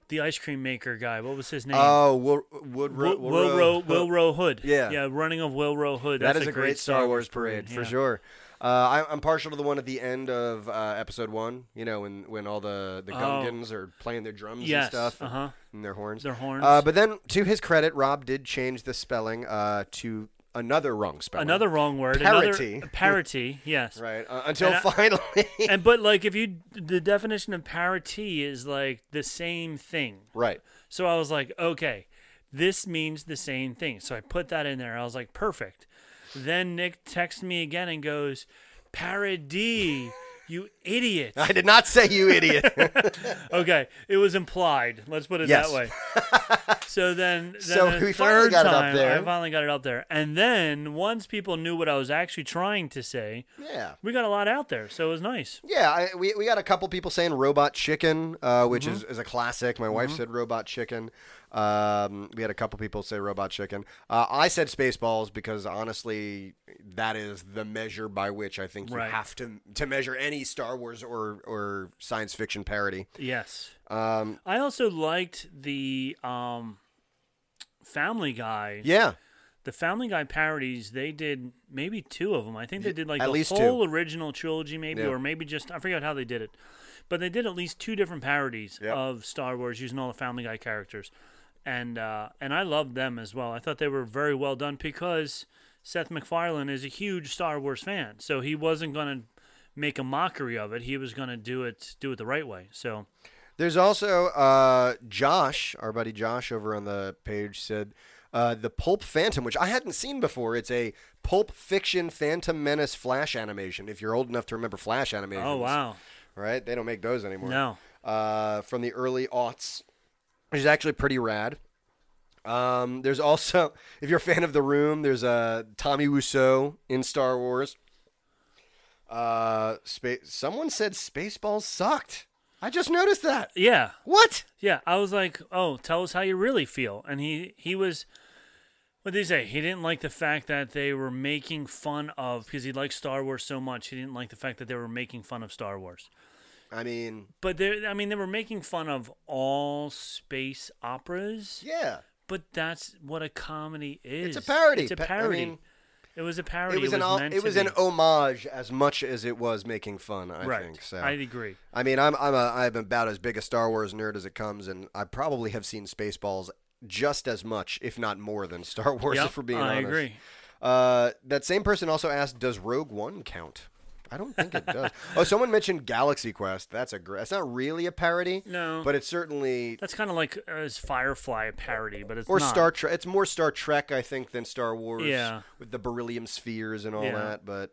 the ice cream maker guy. What was his name? oh, Will Wood Wil- Will Row Will Row Hood. Yeah. yeah, running of Will Row Hood. That That's is a great Star Wars parade, for yeah. sure. Uh, I, I'm partial to the one at the end of uh, episode one. You know, when when all the the Gungans are playing their drums Oh. Yes, and stuff, and- uh-huh. and their horns. Their horns. Uh, but then, to his credit, Rob did change the spelling uh, to another wrong spelling. Another wrong word. Parity. Another parity. Yes. right uh, until And I- finally. And but like if you the definition of parity is like the same thing. right. So I was like, okay, this means the same thing. So I put that in there. I was like, perfect. Then Nick texts me again and goes, parody, you idiot. I did not say you idiot. Okay, it was implied. Let's put it Yes. that way. So then, then So the we finally third got it up time, there. I finally got it up there. And then once people knew what I was actually trying to say, yeah. we got a lot out there. So it was nice. Yeah, I, we, we got a couple people saying robot chicken, uh, which Mm-hmm. is, is a classic. My wife said robot chicken. Um, we had a couple people say robot chicken. Uh, I said spaceballs because honestly, that is the measure by which I think Right. you have to to measure any Star Wars or or science fiction parody. Yes. Um, I also liked the um, Family Guy. yeah, the Family Guy parodies, they did maybe two of them. I think they did like at the least whole original trilogy, maybe, Yeah. or maybe just I forgot how they did it, but they did at least two different parodies Yep. of Star Wars using all the Family Guy characters, and uh, and I loved them as well. I thought they were very well done because Seth MacFarlane is a huge Star Wars fan, so he wasn't gonna make a mockery of it. He was going to do it do it the right way. So There's also uh, Josh, our buddy Josh over on the page said uh, the Pulp Phantom, which I hadn't seen before. It's a Pulp Fiction Phantom Menace Flash animation. If you're old enough to remember Flash animations, oh wow, right? They don't make those anymore. No. uh, from the early aughts, which is actually pretty rad. Um, there's also, if you're a fan of The Room, there's uh, Tommy Wiseau in Star Wars. Uh, spa- someone said Spaceballs sucked. I just noticed that. yeah, What? Yeah, I was like, "Oh, tell us how you really feel." And he he was what did he say? He didn't like the fact that they were making fun of because he liked Star Wars so much. He didn't like the fact that they were making fun of Star Wars. I mean, But they I mean, they were making fun of all space operas. yeah. But that's what a comedy is. It's a parody. It's a Pa- I parody. mean, it was a parody. It was, an meant o- it to was be. an homage as much as it was making fun. I right. think so. I agree. I mean, I'm I'm a, I'm about as big a Star Wars nerd as it comes, and I probably have seen Spaceballs just as much, if not more, than Star Wars. Yep, if we're being I honest. agree. Uh, that same person also asked, "Does Rogue One count?" I don't think it does. oh, someone mentioned Galaxy Quest. That's a gr- that's not really a parody. No. but it's certainly That's kind of like uh, is Firefly a parody, but it's or not. Star Trek. It's more Star Trek, I think, than Star Wars. Yeah. with the beryllium spheres and all Yeah. that. But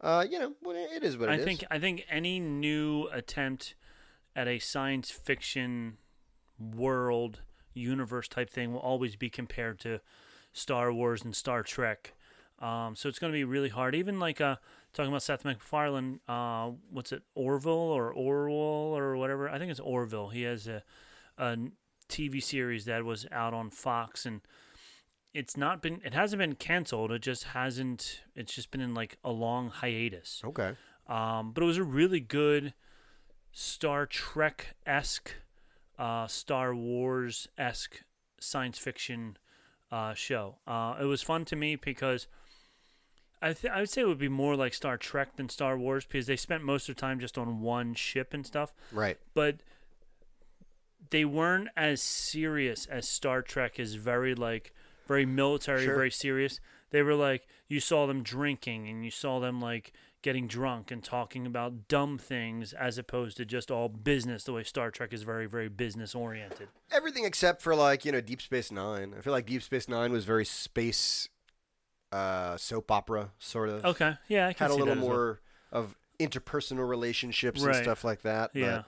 uh, you know, well, it is what I it is. think I think any new attempt at a science fiction world universe type thing will always be compared to Star Wars and Star Trek. Um, so it's going to be really hard. Even like uh, talking about Seth MacFarlane, uh, what's it, Orville or Orwell or whatever? I think it's Orville. He has a, a TV series that was out on Fox and it's not been it hasn't been canceled it just hasn't it's just been in like a long hiatus okay. um, but it was a really good Star Trek esque, uh, Star Wars esque science fiction uh, show. Uh, it was fun to me because I th- I would say it would be more like Star Trek than Star Wars because they spent most of their time just on one ship and stuff Right. but they weren't as serious as Star Trek is very like very military, Sure. very serious. They were like you saw them drinking and you saw them like getting drunk and talking about dumb things as opposed to just all business the way Star Trek is very very business oriented. everything except for like you know Deep Space Nine. I feel like Deep Space Nine was very space uh, soap opera sort of. Okay. Yeah, I can had a see little that as well. more of interpersonal relationships Right. and stuff like that. but- Yeah.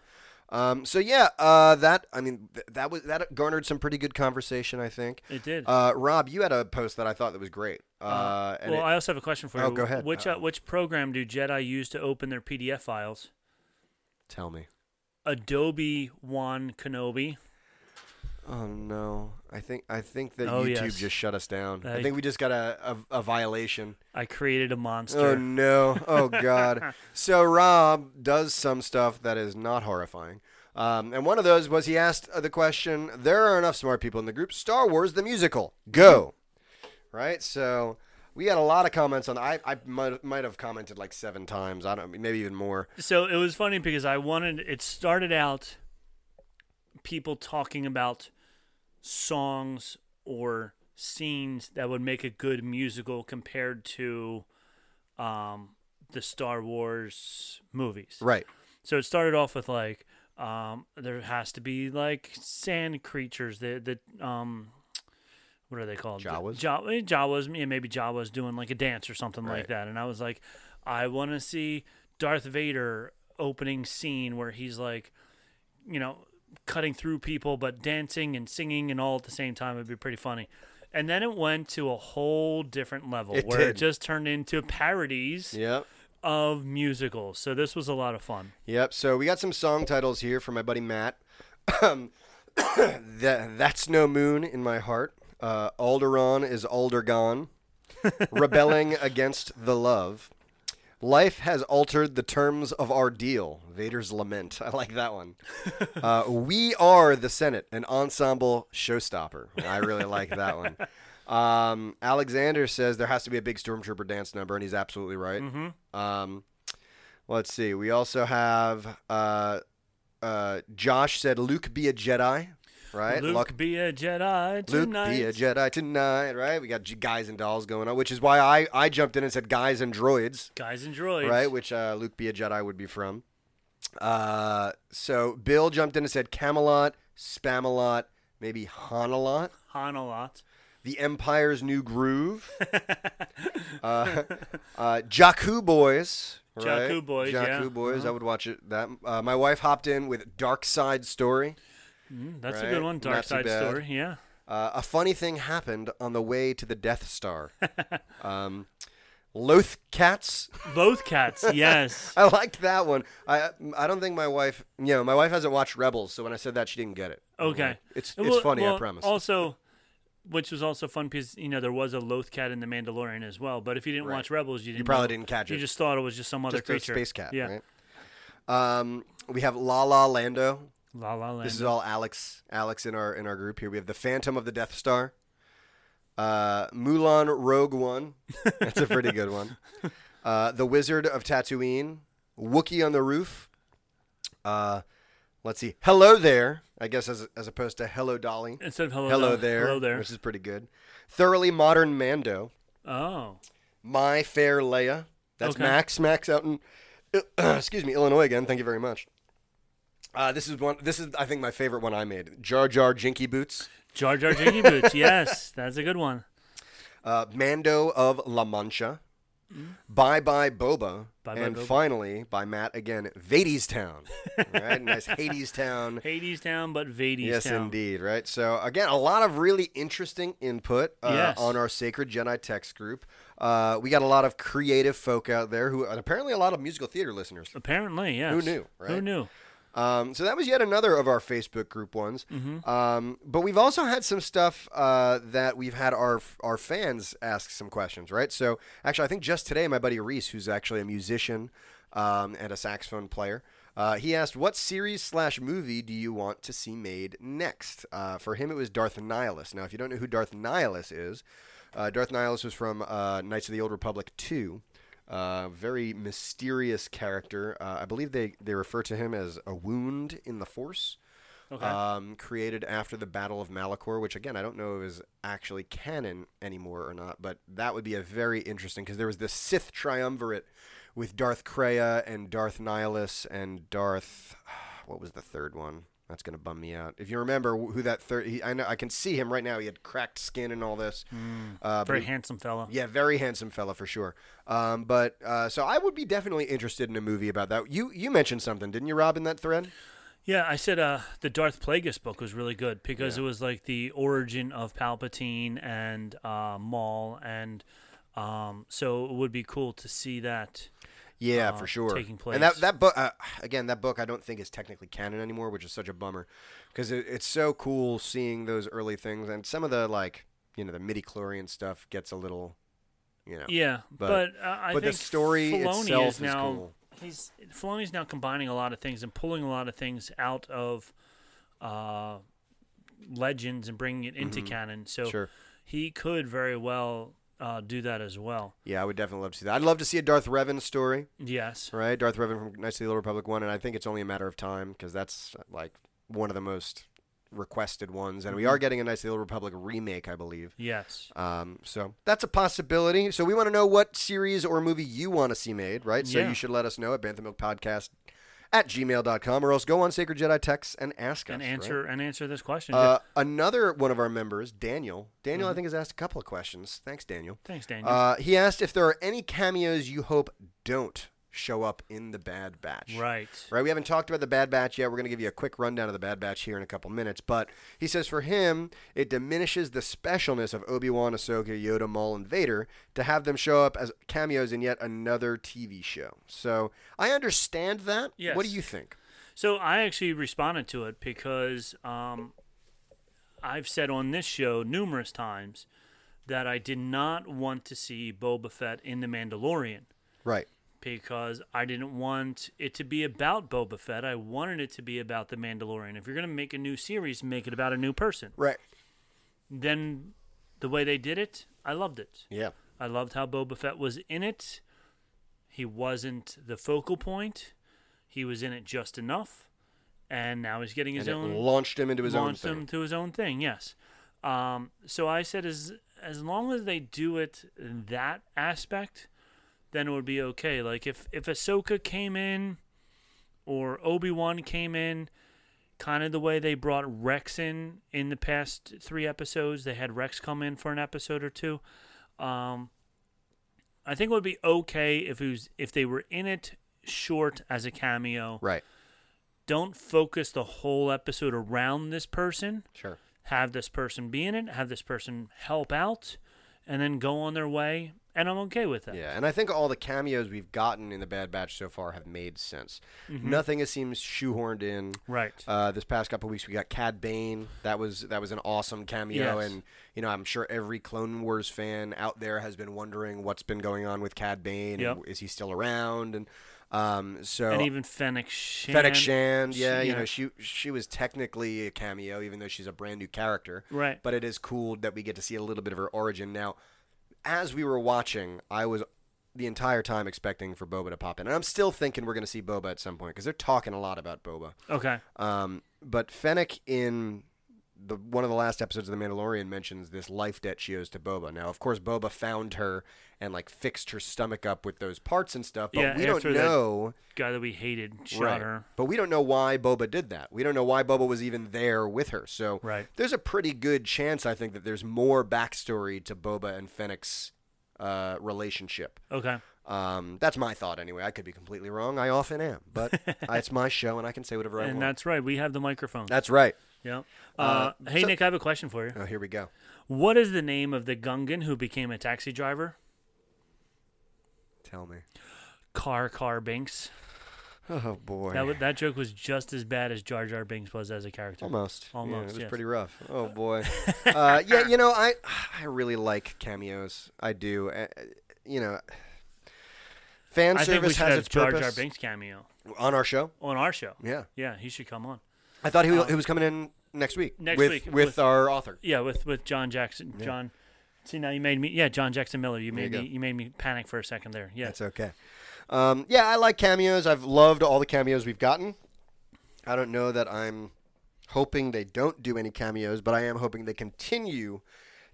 um, so yeah, uh, that I mean th- that was that garnered some pretty good conversation. I think It did. Uh, Rob, you had a post that I thought that was great. Uh, and well, it- I also have a question for Oh, you. go ahead. Which uh, Uh-oh. which program do Jedi use to open their PDF files? tell me. Adobe One Kenobi. Oh no, I think I think that Oh, YouTube yes. just shut us down. I Like- think we just got a, a, a violation. I created a monster. Oh no! Oh god! so Rob does some stuff that is not horrifying, um, and one of those was he asked uh, the question: "There are enough smart people in the group. Star Wars the musical, go!" Right? So we had a lot of comments on. I I might, might have commented like seven times. I don't, maybe even more. so it was funny because I wanted it started out people talking about songs or scenes that would make a good musical compared to um, the Star Wars movies. Right. So it started off with like um, there has to be like sand creatures that that um what are they called? Jawas? Jawas, Jawas yeah, maybe Jawas doing like a dance or something like Right. that. And I was like, I want to see Darth Vader opening scene where he's like, you know, cutting through people but dancing and singing and all at the same time would be pretty funny. And then it went to a whole different level It where did. it just turned into parodies Yep. of musicals. So this was a lot of fun. Yep. So we got some song titles here from my buddy Matt. Um, that that's no moon in my heart. Uh, Alderon is Aldergon. Rebelling against the love. Life has altered the terms of our deal. Vader's lament. I like that one. Uh, we are the Senate, an ensemble showstopper. I really like that one. Um, Alexander says there has to be a big stormtrooper dance number, and he's absolutely right. Um, let's see. We also have uh, uh, Josh said Luke be a Jedi. right? Luke Luck- be a Jedi Luke tonight. be a Jedi tonight, right? We got G- guys and dolls going on, which is why I, I jumped in and said guys and droids, Guys and droids. right? Which uh, Luke be a Jedi would be from. Uh, so Bill jumped in and said Camelot, Spamalot, maybe Hanalot, Han a lot. The Empire's New Groove, uh, uh, Jakku Boys. Right? Jakku Boys, Jakku yeah. Uh-huh. Boys. I would watch it. That uh, my wife hopped in with Dark Side Story. That's a Right? good one. Dark Not too Side bad. Story. Yeah. Uh, a funny thing happened on the way to the Death Star. um, Loth cats. Both cats. Yes. I liked that one. I I don't think my wife. You know, my wife hasn't watched Rebels, so when I said that, she didn't get it. Okay. It's it's Well- funny. I well, promise. Also, which was also fun because you know there was a Loth cat in the Mandalorian as well. But if you didn't watch Rebels, you didn't probably know- didn't catch You it. just thought it was just some other Just a creature. space cat. Yeah. Right? Um, we have La La Lando. La La Land. This is all Alex. Alex in our in our group here. We have the Phantom of the Death Star. Uh, Mulan Rogue One. That's a pretty good one. Uh, the Wizard of Tatooine. Wookiee on the roof. Uh, let's see. Hello there. I guess as as opposed to Hello Dolly. Instead of hello, Hello Dolly, there. Hello there. Which is pretty good. Thoroughly modern Mando. Oh. My Fair Leia. That's Okay. Max. Max out in excuse me, Illinois again. Thank you very much. Uh, this is one. This is I think my favorite one I made. Jar Jar Jinky Boots. Jar Jar Jinky Boots. Yes, that's a good one. Uh, Mando of La Mancha. Bye bye Boba. Mm. Bye Bye and Boba. finally by Matt again. Vades Town. right, nice Hades Town. Hades Town, but Vades Yes, Town. indeed. Right. So again, a lot of really interesting input uh, Yes. on our Sacred Jedi text group. Uh, we got a lot of creative folk out there who, and apparently, a lot of musical theater listeners. Apparently, yes. knew, Who right? knew? Um, so that was yet another of our Facebook group ones. Um, but we've also had some stuff uh, that we've had our our fans ask some questions, right? So actually, I think just today, my buddy Reese, who's actually a musician um, and a saxophone player, uh, he asked, "What series slash movie do you want to see made next?" Uh, for him, it was Darth Nihilus. Now, if you don't know who Darth Nihilus is, uh, Darth Nihilus was from uh, Knights of the Old Republic two. Uh, very mysterious character. Uh, I believe they, they refer to him as a wound in the Force, Okay. um, created after the Battle of Malachor, which again I don't know if is actually canon anymore or not, but that would be a very interesting because there was this Sith triumvirate with Darth Kreia and Darth Nihilus and Darth. What was the third one? That's gonna bum me out. If you remember who that third, he, I know I can see him right now. He had cracked skin and all this. Uh, but Very he- handsome fella. yeah, very handsome fella for sure. Um, but uh, so I would be definitely interested in a movie about that. You you mentioned something, didn't you, Rob, in that thread? Yeah, I said uh, the Darth Plagueis book was really good because it was like the origin of Palpatine and uh, Maul, and um, so it would be cool to see that. Yeah, Uh, for sure. taking And that place. that book uh, again, that book I don't think is technically canon anymore, which is such a bummer because it, it's so cool seeing those early things and some of the like you know the midi chlorian stuff gets a little you know Yeah, but, But- uh, I but the think story Filoni itself is is now cool. he's Filoni's now combining a lot of things and pulling a lot of things out of uh, legends and bringing it into canon. So Mm-hmm. Sure. he could very well uh, do that as well. yeah, I would definitely love to see that. I'd love to see a Darth Revan story. Yes. right? Darth Revan from Knights of the Old Republic one, and I think it's only a matter of time because that's like one of the most requested ones, and Mm-hmm. we are getting a Knights of the Old Republic remake, I believe. Yes. Um, so that's a possibility. So we want to know what series or movie you want to see made, right? So Yeah. you should let us know at banthammilkpodcast at gmail.com or else go on Sacred Jedi Text and ask And us. right? answer and answer this question. Uh, another one of our members, Daniel. Daniel, I Mm-hmm. think, has asked a couple of questions. Thanks, Daniel. Thanks, Daniel. Uh, he asked if there are any cameos you hope don't show up in the Bad Batch. Right. Right. We haven't talked about the Bad Batch yet. We're going to give you a quick rundown of the Bad Batch here in a couple minutes. But he says for him, it diminishes the specialness of Obi Wan, Ahsoka, Yoda, Maul, and Vader to have them show up as cameos in yet another TV show. So I understand that. What do Yes. you think? So I actually responded to it because um, I've said on this show numerous times that I did not want to see Boba Fett in The Mandalorian Right. because I didn't want it to be about Boba Fett. I wanted it to be about The Mandalorian. If you're going to make a new series, make it about a new person. Right. Then the way they did it, I loved it. Yeah. I loved how Boba Fett was in it. He wasn't the focal point. He was in it just enough, and now he's getting his and it own launched him into his own launched thing. him to his own thing. Yes. Um, so I said, as as long as they do it in that aspect, then it would be okay. Like if if Ahsoka came in, or Obi Wan came in, kind of the way they brought Rex in in the past three episodes. They had Rex come in for an episode or two. Um, I think it would be okay if it was if they were in it short as a cameo. Right. Don't focus the whole episode around this person Sure. have this person be in it, have this person help out, and then go on their way. And I'm okay with that. Yeah, and I think all the cameos we've gotten in the Bad Batch so far have made sense. Mm-hmm. Nothing has seemed shoehorned in. Right. Uh, this past couple weeks, we got Cad Bane. That was that was an awesome cameo, Yes. and you know I'm sure every Clone Wars fan out there has been wondering what's been going on with Cad Bane. Yep. And is he still around? And um, so and even Fennec Shan. Fennec Shand, she- yeah, you know, she she was technically a cameo, even though she's a brand new character. Right. But it is cool that we get to see a little bit of her origin. Now, as we were watching, I was the entire time expecting for Boba to pop in, and I'm still thinking we're going to see Boba at some point because they're talking a lot about Boba. Okay. Um, but Fennec in the one of the last episodes of The Mandalorian mentions this life debt she owes to Boba. Now, of course, Boba found her and like fixed her stomach up with those parts and stuff, but Yeah, we don't after that- know. Guy that we hated shot Right. her. But we don't know why Boba did that. We don't know why Boba was even there with her. So Right. there's a pretty good chance, I think, that there's more backstory to Boba and Fennec's uh, relationship. Okay. Um, that's my thought, anyway. I could be completely wrong. I often am, but it's my show, and I can say whatever I And want. that's right. We have the microphone. that's right. yeah. Uh, hey, so- Nick, I have a question for you. Oh, here we go. What is the name of the Gungan who became a taxi driver? Tell me. Car Car Binks. Oh boy. That, wa- that joke was just as bad as Jar Jar Binks was as a character. Almost. Yeah, Almost, it was yes. pretty rough. Oh boy. uh, yeah, you know, I I really like cameos. I do. Uh, you know, fan I think we service should has have its Jar purpose Jar Binks cameo on our show. on our show. Yeah. Yeah, he should come on. I thought he, wa- he was coming in next week. Um, Next with, week, with, with- our author. Yeah, with with John Jackson. John. See now you made me. Yeah, John Jackson Miller. You made you me. go. You made me panic for a second there. Yeah. That's okay. Um, yeah, I like cameos. I've loved all the cameos we've gotten. I don't know that I'm hoping they don't do any cameos, but I am hoping they continue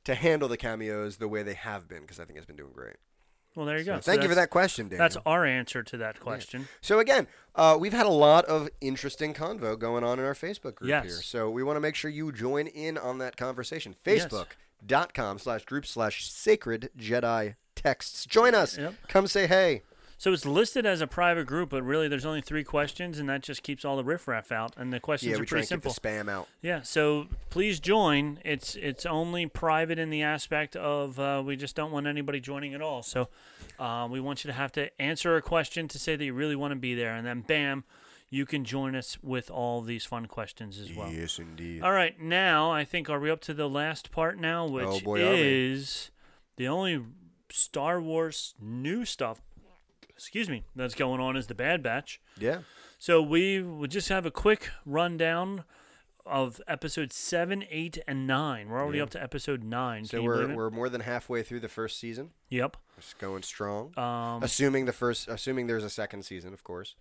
to handle the cameos the way they have been because I think it's been doing great. well, there you go. So Thank you for that's- that question, Dan. That's our answer to that question. So again, uh, we've had a lot of interesting convo going on in our Facebook group Yes. here. So we want to make sure you join in on that conversation. Facebook.com slash group slash sacred Jedi texts. Join us. Yep. Come say hey. So it's listed as a private group, but really there's only three questions, and that just keeps all the riffraff out. And the questions yeah, are we try pretty and simple. keep the spam out. Yeah, so please join. It's it's only private in the aspect of uh, we just don't want anybody joining at all. So uh, we want you to have to answer a question to say that you really want to be there, and then bam, you can join us with all these fun questions as well. Yes, indeed. All right, now I think are we up to the last part now, which Oh, boy, are we. is the only Star Wars new stuff. Excuse me, that's going on is the Bad Batch. Yeah. So we will just have a quick rundown of episode seven, eight, and nine. We're already up to episode nine. So Can you believe we're, it? we're more than halfway through the first season. yep. It's going strong. Um, assuming the first, assuming there's a second season, of course.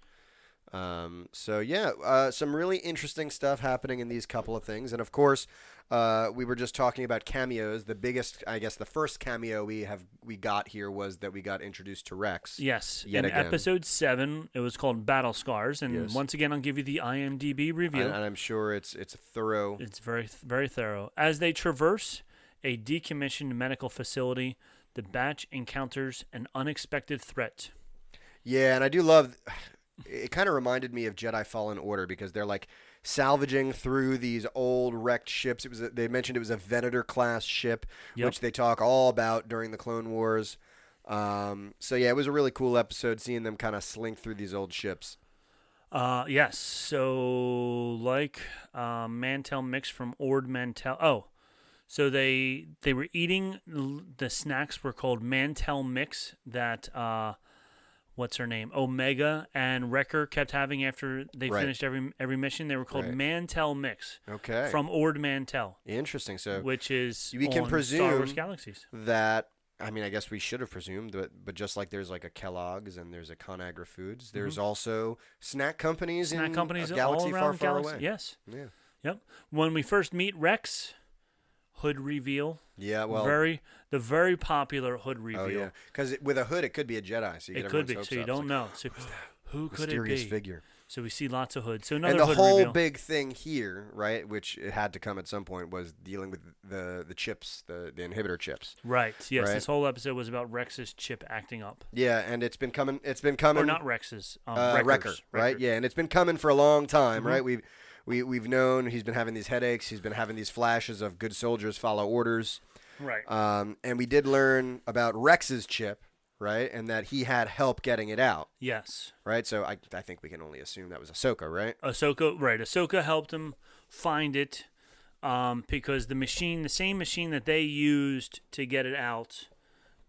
Um, so yeah, uh, some really interesting stuff happening in these couple of things, and of course, uh, we were just talking about cameos. The biggest, I guess, the first cameo we have we got here was that we got introduced to Rex. yes. in Yet again. episode seven, it was called Battle Scars, and Yes. once again, I'll give you the IMDb review. and, and I'm sure it's it's a thorough. It's very very thorough. As they traverse a decommissioned medical facility, the batch encounters an unexpected threat. Yeah, and I do love. It kind of reminded me of Jedi Fallen Order because they're like salvaging through these old wrecked ships. It was a, they mentioned it was a Venator class ship, Yep. which they talk all about during the Clone Wars. Um, so yeah, it was a really cool episode seeing them kind of slink through these old ships. Uh, yes. So like uh, Mantel Mix from Ord Mantel. Oh, so they they were eating l- the snacks were called Mantel Mix that uh, what's her name Omega and Wrecker kept having after they Right. finished every every mission. They were called Right. Mantel Mix. Okay. From Ord Mantel. Interesting. So which is we can on Star Wars presume- Galaxies. that I mean, I guess we should have presumed, but but just like there's like a Kellogg's and there's a Conagra Foods, there's also snack companies Mm-hmm. snack in companies a galaxy all far, around far galaxy. away. Yes. Yeah. Yep. When we first meet Rex, hood reveal. Yeah. Uh, Well. very the very popular hood reveal. oh yeah. Because with a hood, it could be a Jedi. So you get It could everyone's be. hopes So you up. It's don't like, know. So who could it mysterious be? figure. So we see lots of hoods. So another And the hood whole reveal. big thing here, right, which it had to come at some point, was dealing with the the chips, the the inhibitor chips. right. Yes. Right. This whole episode was about Rex's chip acting up, Yeah, and it's been coming. It's been coming. or not Rex's. Um, uh, Wrecker's. Wrecker, right? Wrecker's. Mm-hmm. Yeah, and it's been coming for a long time, right? We've we, we've known he's been having these headaches. He's been having these flashes of good soldiers follow orders. Right. Um, and we did learn about Rex's chip, right, and that he had help getting it out, yes. right? So I, I think we can only assume that was Ahsoka, right? Ahsoka, right? Ahsoka helped him find it um, because the machine, the same machine that they used to get it out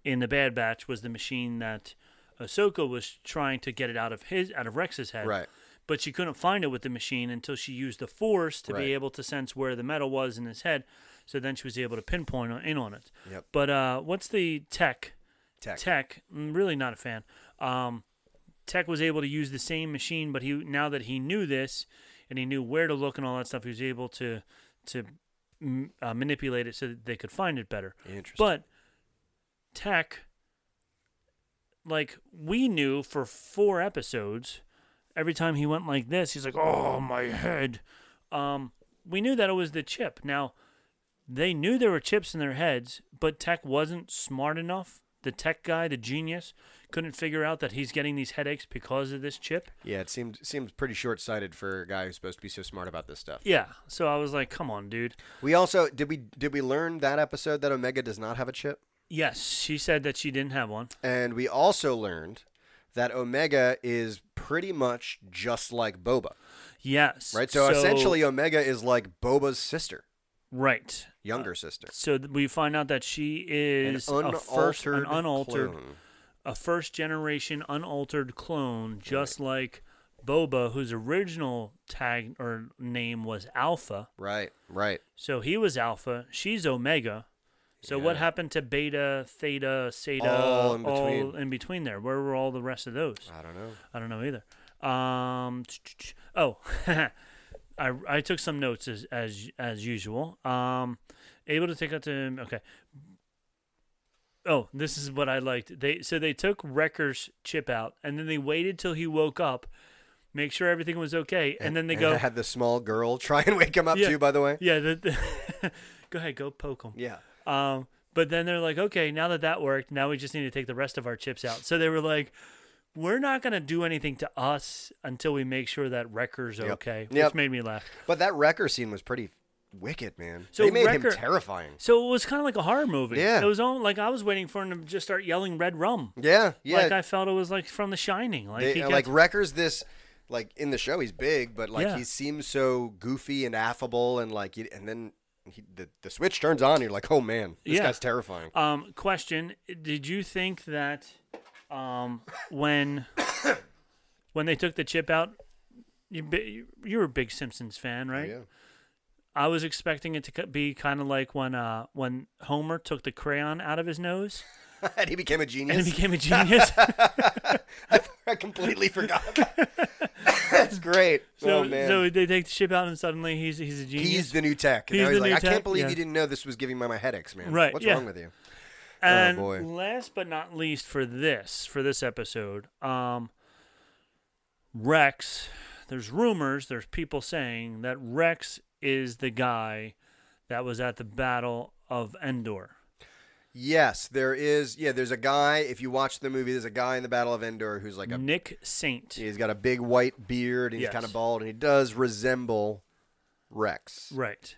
in the Bad Batch, was the machine that Ahsoka was trying to get it out of his, out of Rex's head. Right. But she couldn't find it with the machine until she used the Force to Right. be able to sense where the metal was in his head. So then she was able to pinpoint on, in on it. Yep. But uh, what's the tech? Tech. Tech, mm, really not a fan. Um, Tech was able to use the same machine, but he now that he knew this and he knew where to look and all that stuff, he was able to to mm, uh, manipulate it so that they could find it better. Interesting. But Tech, like we knew for four episodes, every time he went like this, he's like, "Oh my head." Um, we knew that it was the chip. Now they knew there were chips in their heads, but Tech wasn't smart enough. The tech guy, the genius, couldn't figure out that he's getting these headaches because of this chip. yeah, it seemed seems pretty short sighted for a guy who's supposed to be so smart about this stuff. Yeah. So I was like, come on, dude. We also did we did we learn that episode that Omega does not have a chip, Yes, she said that she didn't have one. and we also learned that Omega is pretty much just like Boba. Yes. Right. So, essentially, Omega is like Boba's sister, Right. younger sister. So th- we find out that she An Uh, is a first, an unaltered unaltered, clone. a first generation unaltered clone, just like Boba, whose original tag or name was Alpha. Right. Right. So he was Alpha. She's Omega. So what Yeah. happened to Beta, Theta, Seta, All in between. in between there? Where were all the rest of those? I don't know. I don't know either. Um, oh, I, I took some notes as as as usual. Um, able to take out to okay. Oh, this is what I liked. They so they took Wrecker's chip out, and then they waited till he woke up, make sure everything was okay, and, then they go. I had the small girl try and wake him up Yeah. too. By the way. Yeah, the, the- go ahead, go poke him. Yeah. Um, but then they're like, okay, now that that worked, now we just need to take the rest of our chips out. So they were like, we're not gonna do anything to us until we make sure that Wrecker's Yep. okay, Yep. which made me laugh. But that wrecker scene was pretty wicked, man. So they made him Wrecker- terrifying. So it was kind of like a horror movie. Yeah. it was all, like I was waiting for him to just start yelling red rum. Yeah. Yeah. like I felt it was like from The Shining. Like They- he uh, got like Wrecker's this like in the show he's big, but like Yeah. he seems so goofy and affable and like you- and then he, the the switch turns on. And you're like, oh man, this Yeah. guy's terrifying. Um, question: Did you think that um, when when they took the chip out, you bi- you were a big Simpsons fan, right? Oh, yeah. I was expecting it to co- be kind of like when uh, when Homer took the crayon out of his nose and he became a and genius. he became a genius. I completely forgot. That's great. so, oh man. so they take the chip out and suddenly he's he's a genius. He's the new tech. And He's now he's the like, new I can't tech, believe yeah. you didn't know this was giving me my headaches, man. Right, What's yeah. wrong with you? And boy. last but not least for this for this episode, um, Rex. There's rumors. There's people saying that Rex is the guy that was at the Battle of Endor. Yes, there is. Yeah, there's a guy. If you watch the movie, there's a guy in the Battle of Endor who's like a. Nick Saint. He's got a big white beard and he's Yes. kind of bald and he does resemble Rex. Right.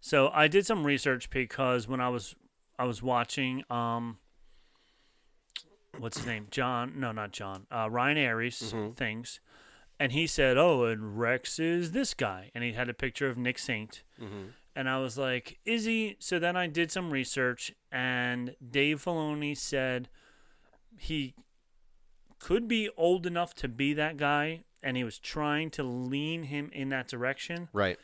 So I did some research because when I was I was watching um what's his name? John no not John. Uh, Ryan Aries things. And he said, "Oh, and Rex is this guy." And he had a picture of Nick Saint. And I was like, "Is he?" So then I did some research and Dave Filoni said he could be old enough to be that guy and he was trying to lean him in that direction Right.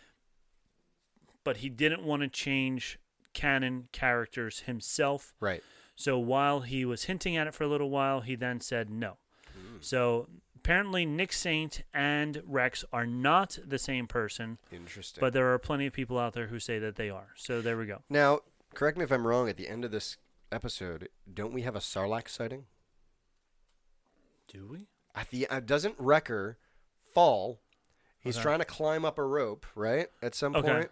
but he didn't want to change canon characters himself. Right. So while he was hinting at it for a little while, he then said no. Hmm. So apparently, Nick Saint and Rex are not the same person, Interesting. but there are plenty of people out there who say that they are. So there we go. now, correct me if I'm wrong. At the end of this episode, don't we have a Sarlacc sighting? Do we? At the uh, doesn't Wrecker fall? He's Okay. trying to climb up a rope, right? At some Uh-huh. Okay. point,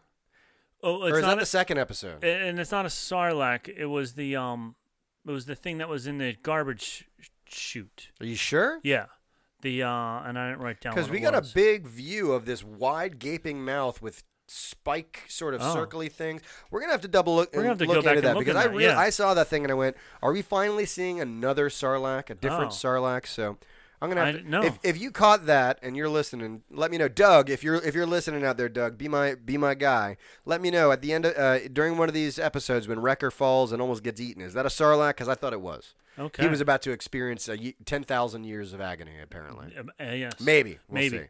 Oh, or it's is that not the a, second episode? and it's not a sarlacc. It was the um, it was the thing that was in the garbage sh- chute. Are you sure? Yeah, the uh, and I didn't write down Because what we it got was. a big view of this wide gaping mouth with spike sort of Oh. circly things. We're gonna have to double look. We're gonna have to look go back and into that look because at I that, rea- yeah. I saw that thing and I went, "Are we finally seeing another Sarlacc, a different Oh. Sarlacc?" So I'm gonna have I to, d- no. if if you caught that and you're listening, let me know, Doug. If you're if you're listening out there, Doug, be my be my guy. Let me know at the end of, uh, during one of these episodes when Wrecker falls and almost gets eaten. Is that a Sarlacc? Because I thought it was. okay. He was about to experience a ye- ten thousand years of agony, apparently. Um, uh, yes. Maybe. We'll Maybe. see.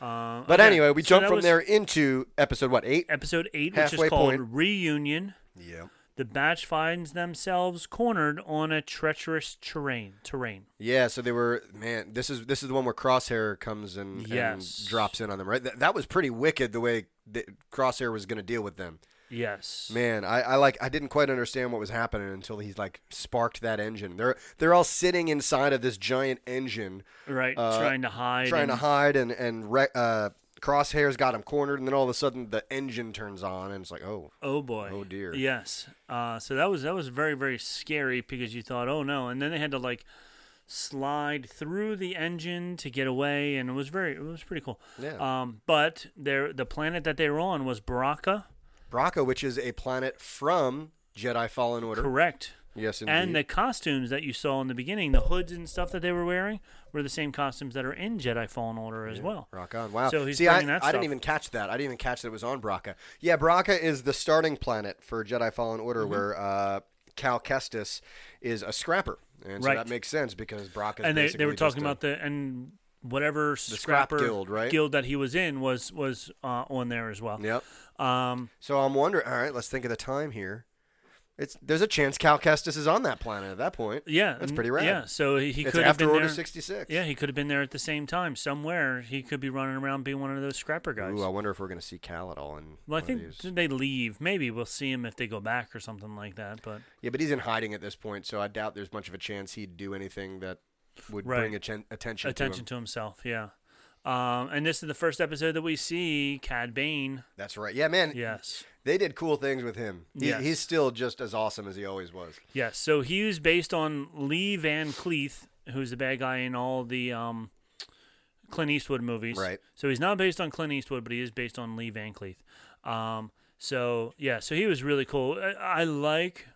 Uh, But okay, anyway, we so jumped that from was there into episode what eight? Episode eight, which Halfway is called point. reunion. Yeah. The batch finds themselves cornered on a treacherous terrain. Terrain. Yeah. So they were man. This is this is the one where Crosshair comes and, and Yes. drops in on them, right? That, that was pretty wicked the way that Crosshair was going to deal with them. Yes. Man, I, I like I didn't quite understand what was happening until he's like sparked that engine. They're they're all sitting inside of this giant engine, Right. uh, trying to hide. trying to and- hide, and and re- uh, Crosshair's got him cornered, and then all of a sudden the engine turns on, and it's like, oh, Oh boy. Oh, dear. Yes. Uh, so that was that was very very scary because you thought, oh no, and then they had to like slide through the engine to get away, and it was very it was pretty cool. Yeah. Um, but their the planet that they were on was Baraka. Braca, which is a planet from Jedi Fallen Order. Correct. Yes, indeed. And the costumes that you saw in the beginning, the hoods and stuff that they were wearing, were the same costumes that are in Jedi Fallen Order as well. Rock on! Wow. So he's See, I, bringing that I didn't stuff. even catch that. I didn't even catch that it was on Braca. Yeah, Braca is the starting planet for Jedi Fallen Order, Mm-hmm. where uh, Cal Kestis is a scrapper, and so Right. that makes sense because Braca. and they, they were talking about the and whatever scrap scrapper guild, right? guild that he was in was was uh, on there as well. Yep. Um, So I'm wondering. All right, let's think of the time here. It's there's a chance Cal Kestis is on that planet at that point. Yeah, that's n- pretty rad. Yeah, so he, he It's could have after been Order there. 66. Yeah, he could have been there at the same time somewhere. He could be running around being one of those scrapper guys. Ooh, I wonder if we're gonna see Cal at all in well, one I of think these. they leave. Maybe we'll see him if they go back or something like that. But Yeah, but he's in hiding at this point, so I doubt there's much of a chance he'd do anything that would Right. bring atten- attention to him. attention to himself, yeah. Um, and this is the first episode that we see Cad Bane. That's right. Yeah, man. Yes, They did cool things with him. He, Yes. He's still just as awesome as he always was. yes. So he was based on Lee Van Cleef, who's the bad guy in all the um, Clint Eastwood movies. Right. So he's not based on Clint Eastwood, but he is based on Lee Van Cleef. Um, so yeah, so he was really cool. I, I like.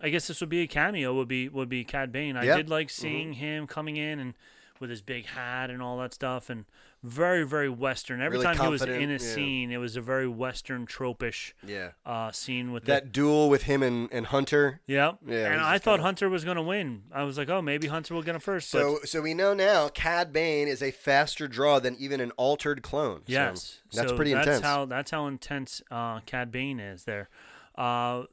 I guess this would be a cameo. Would be would be Cad Bane. I Yeah. Mm-hmm. did like seeing him coming in and with his big hat and all that stuff, and very very western. Every Really time he was confident, in a yeah. scene, it was a very western tropish Yeah. uh, scene with That duel with him and, and Hunter. The, yeah, Yeah, and he's I just thought kinda- Hunter was gonna win. I was like, oh, maybe Hunter will get him first. but- So so we know now Cad Bane is a faster draw than even an altered clone. So Yes, that's So pretty that's intense. How that's how intense uh, Cad Bane is there. Uh,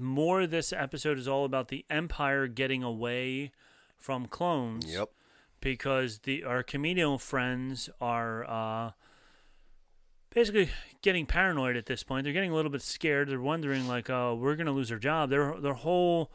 more of this episode is all about the Empire getting away from clones. Yep. Because the our Camino friends are uh, basically getting paranoid at this point. They're getting a little bit scared. They're wondering like, oh, we're gonna lose our job. Their their whole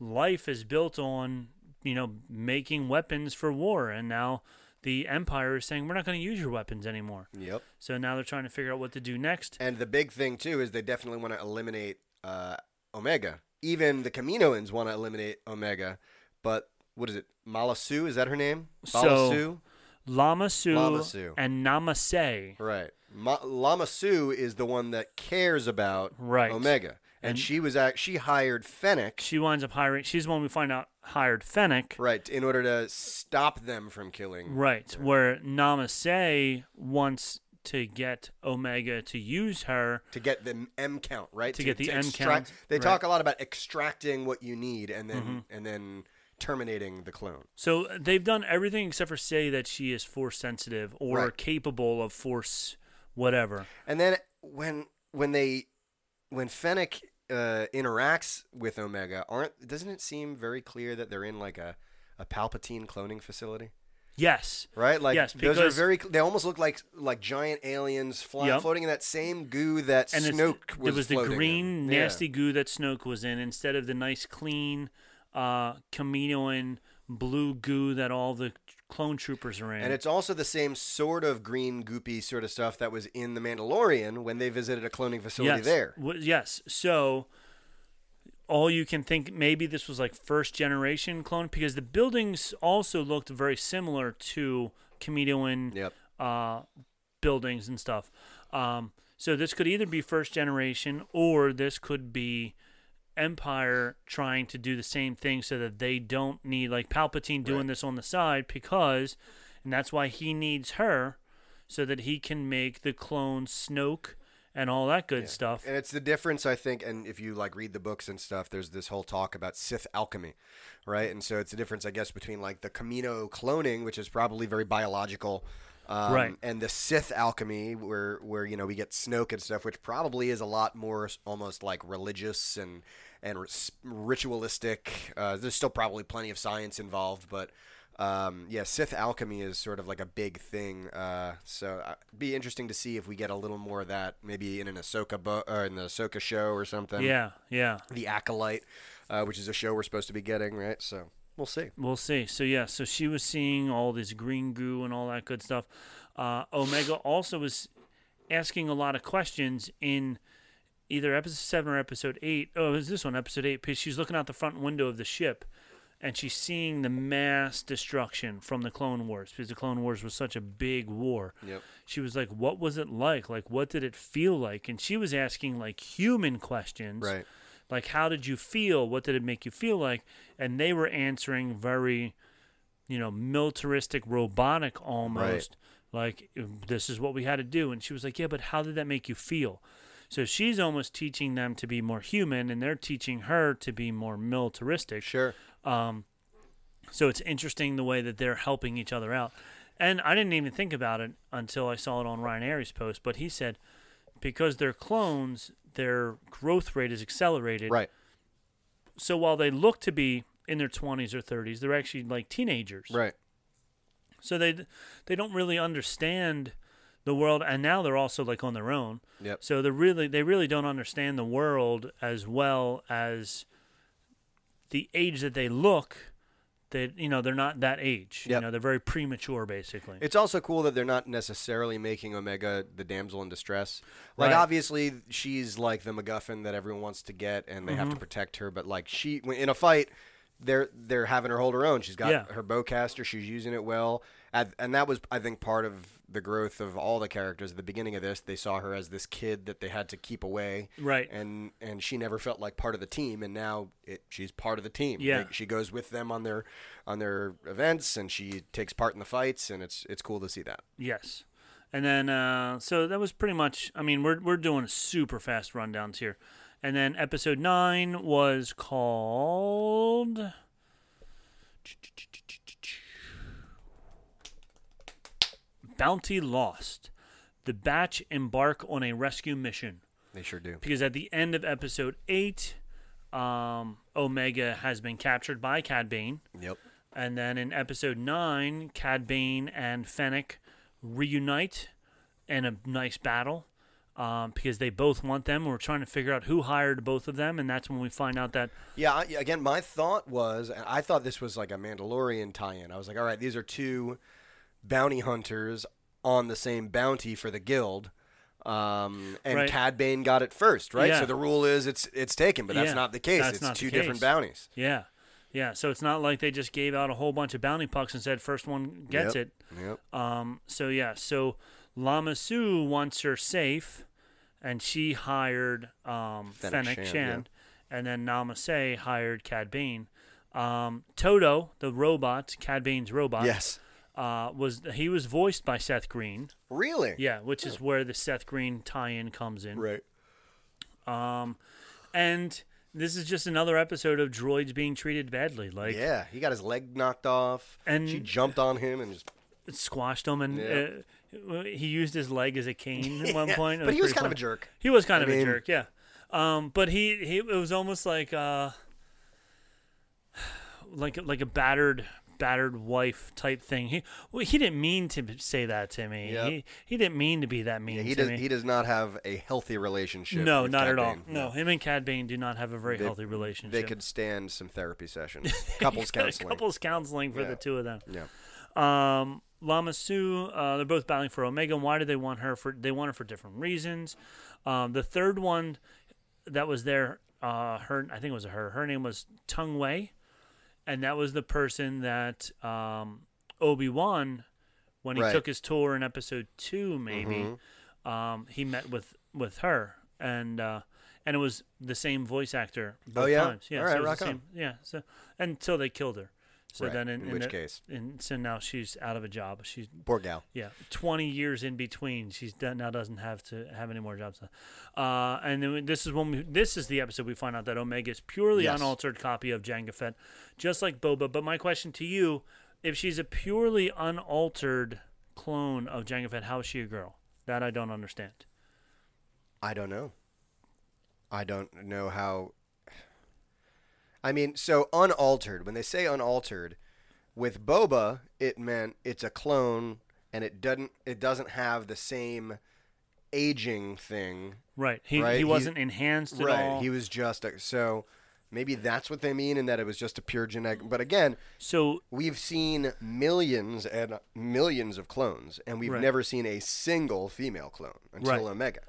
life is built on you know making weapons for war, and now the Empire is saying we're not gonna use your weapons anymore. Yep. So now they're trying to figure out what to do next. And the big thing too is they definitely want to eliminate uh, Omega. Even the Kaminoans want to eliminate Omega, but what is it? Malasu is that her name? So- Malasu. Lama Su, Lama Su. and Namase. Right. Ma- Lama Sue is the one that cares about Right. Omega, and, And- she was act- she hired Fennec She winds up hiring. She's the one we find out hired Fennec. right in order to stop them from killing. Right, where Namase wants to get Omega to use her. To get the M count, right? To get the M extract- count, They right. Mm-hmm. talk a lot about extracting what you need and then and then terminating the clone. So uh, they've done everything except for say that she is force sensitive or Right. capable of force whatever. And then when when they when Fennec uh, interacts with Omega, aren't doesn't it seem very clear that they're in like a, a Palpatine cloning facility? Yes. Right? Like yes, those are because- very they almost look like like giant aliens flying Yep. floating in that same goo that and it's- Snoke was It was the floating in. green, Yeah. nasty goo that Snoke was in instead of the nice, clean, uh, Kaminoan blue goo that all the clone troopers are in. And it's also the same sort of green goopy sort of stuff that was in The Mandalorian when they visited a cloning facility yes. there. W- yes. So all you can think maybe this was like first generation clone because the buildings also looked very similar to Kaminoan Yep. uh, buildings and stuff. Um, so this could either be first generation or this could be Empire trying to do the same thing so that they don't need like Palpatine doing this on the side because, and that's why he needs her so that he can make the clone Snoke and all that good stuff. And it's the difference, I think, and if you like read the books and stuff, there's this whole talk about Sith alchemy, right? And so it's the difference, I guess, between like the Camino cloning, which is probably very biological, um, Right. and the Sith alchemy, where where you know we get Snoke and stuff, which probably is a lot more s- almost like religious and and ris- ritualistic. Uh, there's still probably plenty of science involved, but. Um, yeah, Sith alchemy is sort of like a big thing. Uh, so uh, be interesting to see if we get a little more of that, maybe in an Ahsoka bo- or in the Ahsoka show or something. yeah, yeah. the acolyte, uh, which is a show we're supposed to be getting, right? So we'll see. We'll see. So yeah, so she was seeing all this green goo and all that good stuff. Uh, Omega also was asking a lot of questions in either episode seven or episode eight. Oh, it was this one, episode eight? Because she's looking out the front window of the ship, and she's seeing the mass destruction from the Clone Wars because the Clone Wars was such a big war. Yep. She was like, "What was it like? Like, what did it feel like?" And she was asking like human questions Right. like how did you feel what did it make you feel like and they were answering very you know militaristic robotic almost like this is what we had to do and she was like yeah but how did that make you feel so she's almost teaching them to be more human and they're teaching her to be more militaristic Um, Sure. so it's interesting the way that they're helping each other out. And I didn't even think about it until I saw it on Ryan Airy's post, but he said because they're clones, their growth rate is accelerated. Right. So while they look to be in their 20s or 30s, they're actually like teenagers. Right. So they they don't really understand the world and now they're also like on their own. Yep. So they really they really don't understand the world as well as the age that they look. They you know they're not that age. You Yep. know they're very premature basically. It's also cool that they're not necessarily making Omega the damsel in distress. Like Right. obviously she's like the MacGuffin that everyone wants to get, and they have Mm-hmm. to protect her. But like she, when- in a fight, they're they're having her hold her own. She's got Yeah. her bowcaster. She's using it well, and, and that was I think part of the growth of all the characters. At the beginning of this, they saw her as this kid that they had to keep away, Right. And and she never felt like part of the team, and now it, she's part of the team. Yeah. Like, she goes with them on their on their events, and she takes part in the fights, and it's it's cool to see that. yes. And then uh, so that was pretty much. I mean we're we're doing super fast rundowns here. And then episode nine was called. Bounty Lost. The batch embark on a rescue mission They sure do. because at the end of episode eight, um, Omega has been captured by Cad Bane, Yep. and then in episode nine, Cad Bane and Fennec reunite in a nice battle um, because they both want them. We're trying to figure out who hired both of them, and that's when we find out that Yeah, I, again, my thought was, and I thought this was like a Mandalorian tie-in. I was like, all right, these are two bounty hunters on the same bounty for the guild, um, and Right. Cad Bane got it first, right? Yeah. So the rule is it's it's taken, but that's Yeah, not the case. that's it's not the two different case. bounties. yeah. Yeah, so it's not like they just gave out a whole bunch of bounty pucks and said first one gets Yep. it. Yep. Um, so yeah, so Lama Sue wants her safe, and she hired um, Fennec Fennec, Shan, Shan, yeah. and then Namaste hired Cad Bane. Um, Toto, the robot, Cad Bane's robot, Yes. uh, was he was voiced by Seth Green, Really? yeah, which is where the Seth Green tie-in comes in, Right. and this is just another episode of droids being treated badly, like yeah, he got his leg knocked off, and And- she jumped on him and just. squashed him, and uh, he used his leg as a cane at one point. It but he was pretty kind of a funny. jerk. He was kind of mean- a jerk, yeah. Um, but he, he it was almost like uh, like like a battered battered wife type thing. He well, he didn't mean to b- say that to me. Yep. He he didn't mean to be that mean Yeah, he to does. me. He does not have a healthy relationship. no, with not Cad at all. Bane. No, him and Cad Bane do not have a very They- healthy relationship. They could stand some therapy sessions, couples counseling. couples counseling for Yeah. the two of them. Yeah. Um, Lama Sue, uh, they're both battling for Omega. And why do they want her? For they want her for different reasons. Um, the third one that was there, uh, her I think it was her. Her name was Tung Wei, and that was the person that um, Obi Wan, when he Right. Mm-hmm. took his tour in Episode Two, maybe um, he met with with her, and uh, and it was the same voice actor. Both Oh, yeah? times. yeah. All right, so it was rock the on. same, yeah. So until they killed her. So Right, then, in, in which the- case. and so now she's out of a job. She's Poor gal. yeah, twenty years in between. She's done, now doesn't have to have any more jobs. Uh, and then this is when we, this is the episode we find out that Omega is purely Yes. unaltered copy of Jango Fett, just like Boba. But my question to you: If she's a purely unaltered clone of Jango Fett, how is she a girl? That I don't understand. I don't know. I don't know how. I mean, so unaltered. When they say unaltered, with Boba, it meant it's a clone, and it doesn't it doesn't have the same aging thing. Right. He Right, he he- wasn't enhanced at right. all. He was just a, so. Maybe that's what they mean, and that it was just a pure genetic. But again, so we've seen millions and millions of clones, and we've Right. never seen a single female clone until Right. Omega.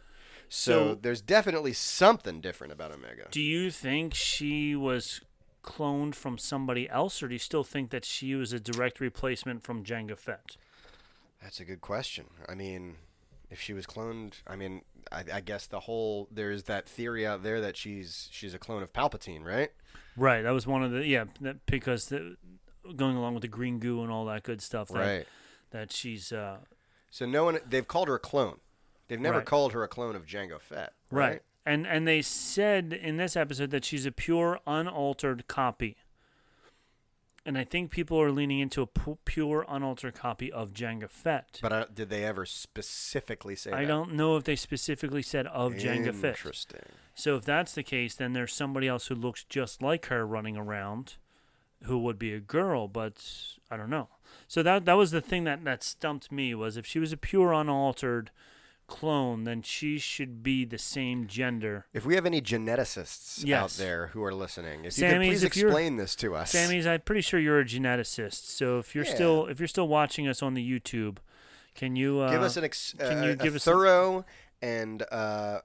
So, So- there's definitely something different about Omega. Do you think she was cloned from somebody else, or do you still think that she was a direct replacement from Jango Fett? That's a good question. I mean, if she was cloned, I mean, I, I guess the whole there's that theory out there that she's she's a clone of Palpatine, right? Right. That was one of the yeah that, because the, going along with the green goo and all that good stuff. That, Right. That she's uh, So no one they've called her a clone. They've never Right. called her a clone of Jango Fett, right. right? And and they said in this episode that she's a pure unaltered copy. And I think people are leaning into a pu- pure unaltered copy of Jango Fett. But I, did they ever specifically say I that? don't know if they specifically said of Jango Fett. Interesting. So if that's the case, then there's somebody else who looks just like her running around, who would be a girl, but I don't know. So that that was the thing that that stumped me was if she was a pure unaltered clone, then she should be the same gender. If we have any geneticists out Yes. there who are listening, if you Sammy's, could please if you're- explain this to us. Sammy's, I'm pretty sure you're a geneticist. So if you're Yeah. still if you're still watching us on the YouTube, can you uh, give us an ex- can uh, you a give us a- thorough and uh,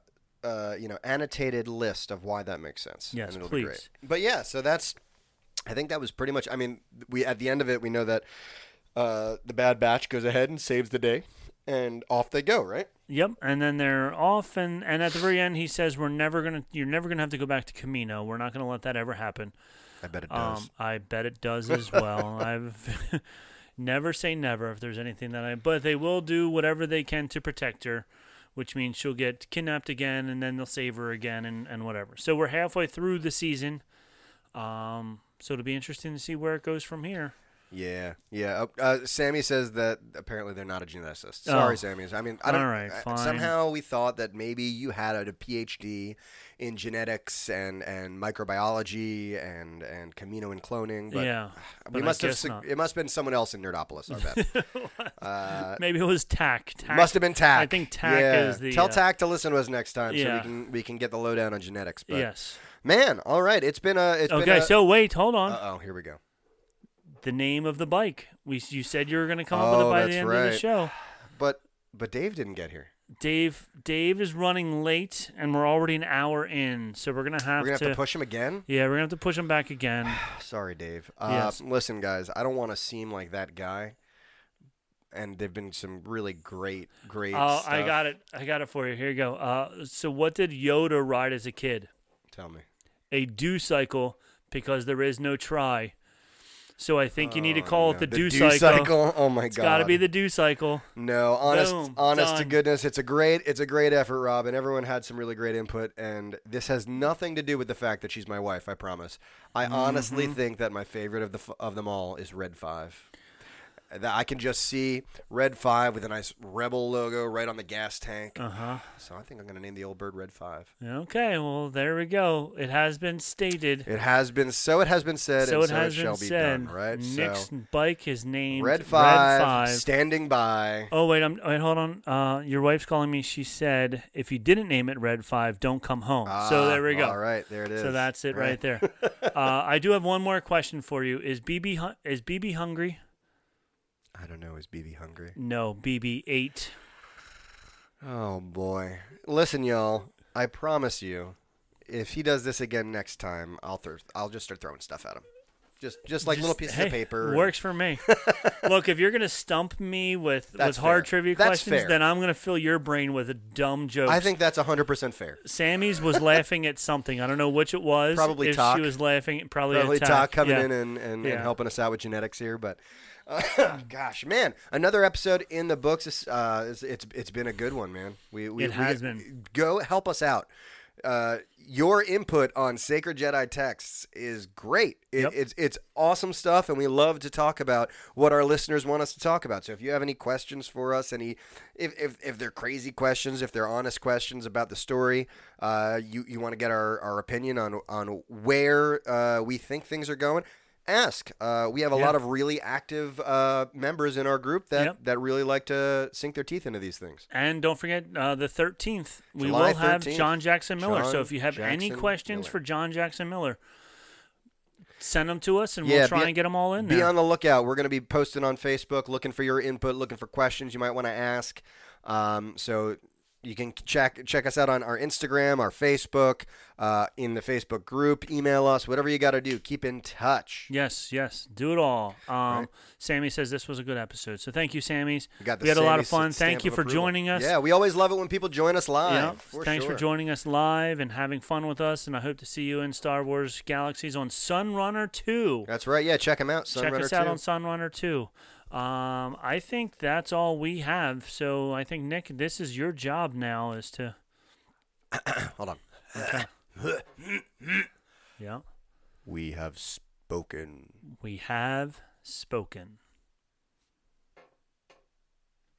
uh, you know annotated list of why that makes sense. Yes, and it'll Be please. great. But yeah, so that's. I think that was pretty much. I mean, we at the end of it, we know that uh, the Bad Batch goes ahead and saves the day, and off they go. Right. Yep, and then they're off, and, and at the very end, he says, "We're never gonna, you're never gonna have to go back to Camino. We're not gonna let that ever happen." I bet it Um, I bet it does as well. I've never say never if there's anything that I, but they will do whatever they can to protect her, which means she'll get kidnapped again, and then they'll save her again, and, and whatever. So we're halfway through the season, um, so it'll be interesting to see where it goes from here. yeah, yeah. Uh, uh, Sammy says that apparently they're not a geneticist. Sorry, Oh. Sammy. I mean, I don't. All right, I- fine. Somehow we thought that maybe you had a PhD in genetics and, and microbiology and and Camino and cloning. But yeah, we but I must have. guess sig- not. It must have been someone else in Nerdopolis. I bet. uh, Maybe it was Tack. Tack must have been Tack. I think Tack Yeah. is the Tell uh, Tack to listen to us next time, so we yeah. can we can get the lowdown on genetics. But yes. man, all right, it's been a. It's been Okay, a, so wait, hold on. Uh oh, here we go. the name of the bike. We you said you were going to come up with Oh, it by the that's end of the right. show. But but Dave didn't get here. Dave Dave is running late and we're already an hour in, so we're gonna have We're gonna to have to push him again. Yeah, we're gonna have to push him back again. Sorry, Dave. Uh, Yes. Listen, guys, I don't want to seem like that guy. And there've been some really great, great. Oh, I got it. I got it for you. Here you go. Uh, so what did Yoda ride as a kid? Tell me. A do cycle because there is no try. So I think you need to call it the, The do do-cycle? cycle. Oh my It's got to God. be the do cycle. No, honest, Boom, honest to done. goodness, it's a great, it's a great effort, Rob, and everyone had some really great input. And this has nothing to do with the fact that she's my wife. Mm-hmm. I promise. I honestly think that my favorite of the f- of them all is Red Five. that I can just see Red Five with a nice Rebel logo right on the gas tank. Uh Uh-huh. huh. So I think I'm gonna name the old bird Red Five. Okay, well there we go. It has been stated. It has been so. It has been said. so and it has shall been be said. done. Right. Nick's so bike is named Red Five, Red Five. standing by. Oh wait, I'm wait. Hold on. Uh, your wife's calling me. She said if you didn't name it Red Five, don't come home. Oh, so Ah, there we go. All right, there it is. So that's it right, there. uh, I do have one more question for you. Is BB hu- is BB hungry? I don't know. Is BB hungry? No, BB ate. Oh boy. Listen, y'all. I promise you, if he does this again next time, I'll th- I'll just start throwing stuff at him. Just just like little Just- pieces hey, of paper. and- Works for me. Look, if you're gonna stump me with with That's hard fair. trivia That's questions, fair. then I'm gonna fill your brain with dumb jokes. I think that's 100% fair. Sammy's was laughing at something. I don't know which it was. Probably if talk. she was laughing, probably Probably attack. Todd coming Yeah. in and, and, Yeah. and helping us out with genetics here, but uh, gosh, man, another episode in the books. Is, uh, it's, it's it's been a good one, man. We, we It we- has been. Go help us out. Uh, your input on Sacred Jedi texts is great. It, Yep. It's it's awesome stuff, and we love to talk about what our listeners want us to talk about. So if you have any questions for us, any if if, if they're crazy questions, if they're honest questions about the story, uh, you you want to get our, our opinion on on where uh, we think things are going. Ask. Uh, we have a lot of really active uh, members in our group that, Yep. that really like to sink their teeth into these things. And don't forget uh, the 13th. We July will have 13th. John Jackson Miller. so John if you have any Jackson questions Miller. for John Jackson Miller, send them to us and Yeah, we'll try be- and get them all in Be there. on the lookout. We're going to be posting on Facebook, looking for your input, looking for questions you might want to ask. Um, so you can check check us out on our Instagram, our Facebook, uh, in the Facebook group. Email us, whatever you got to do. Keep in touch. yes, yes. Do it all. Um, Sammy says this was a good episode. So thank you, Sammy's. We got the we had a lot of Sammy's fun. stamp Thank you of for approval. joining us. Yeah, we always love it when people join us live. Yeah, for thanks sure. for joining us live and having fun with us. And I hope to see you in Star Wars Galaxies on Sunrunner 2. That's right. Yeah, check them out. Check Sunrunner us out 2. on Sunrunner 2. Um, I think that's all we have. So I think, Nick, this is your job now is to. Hold on. Yeah. We have spoken. We have spoken.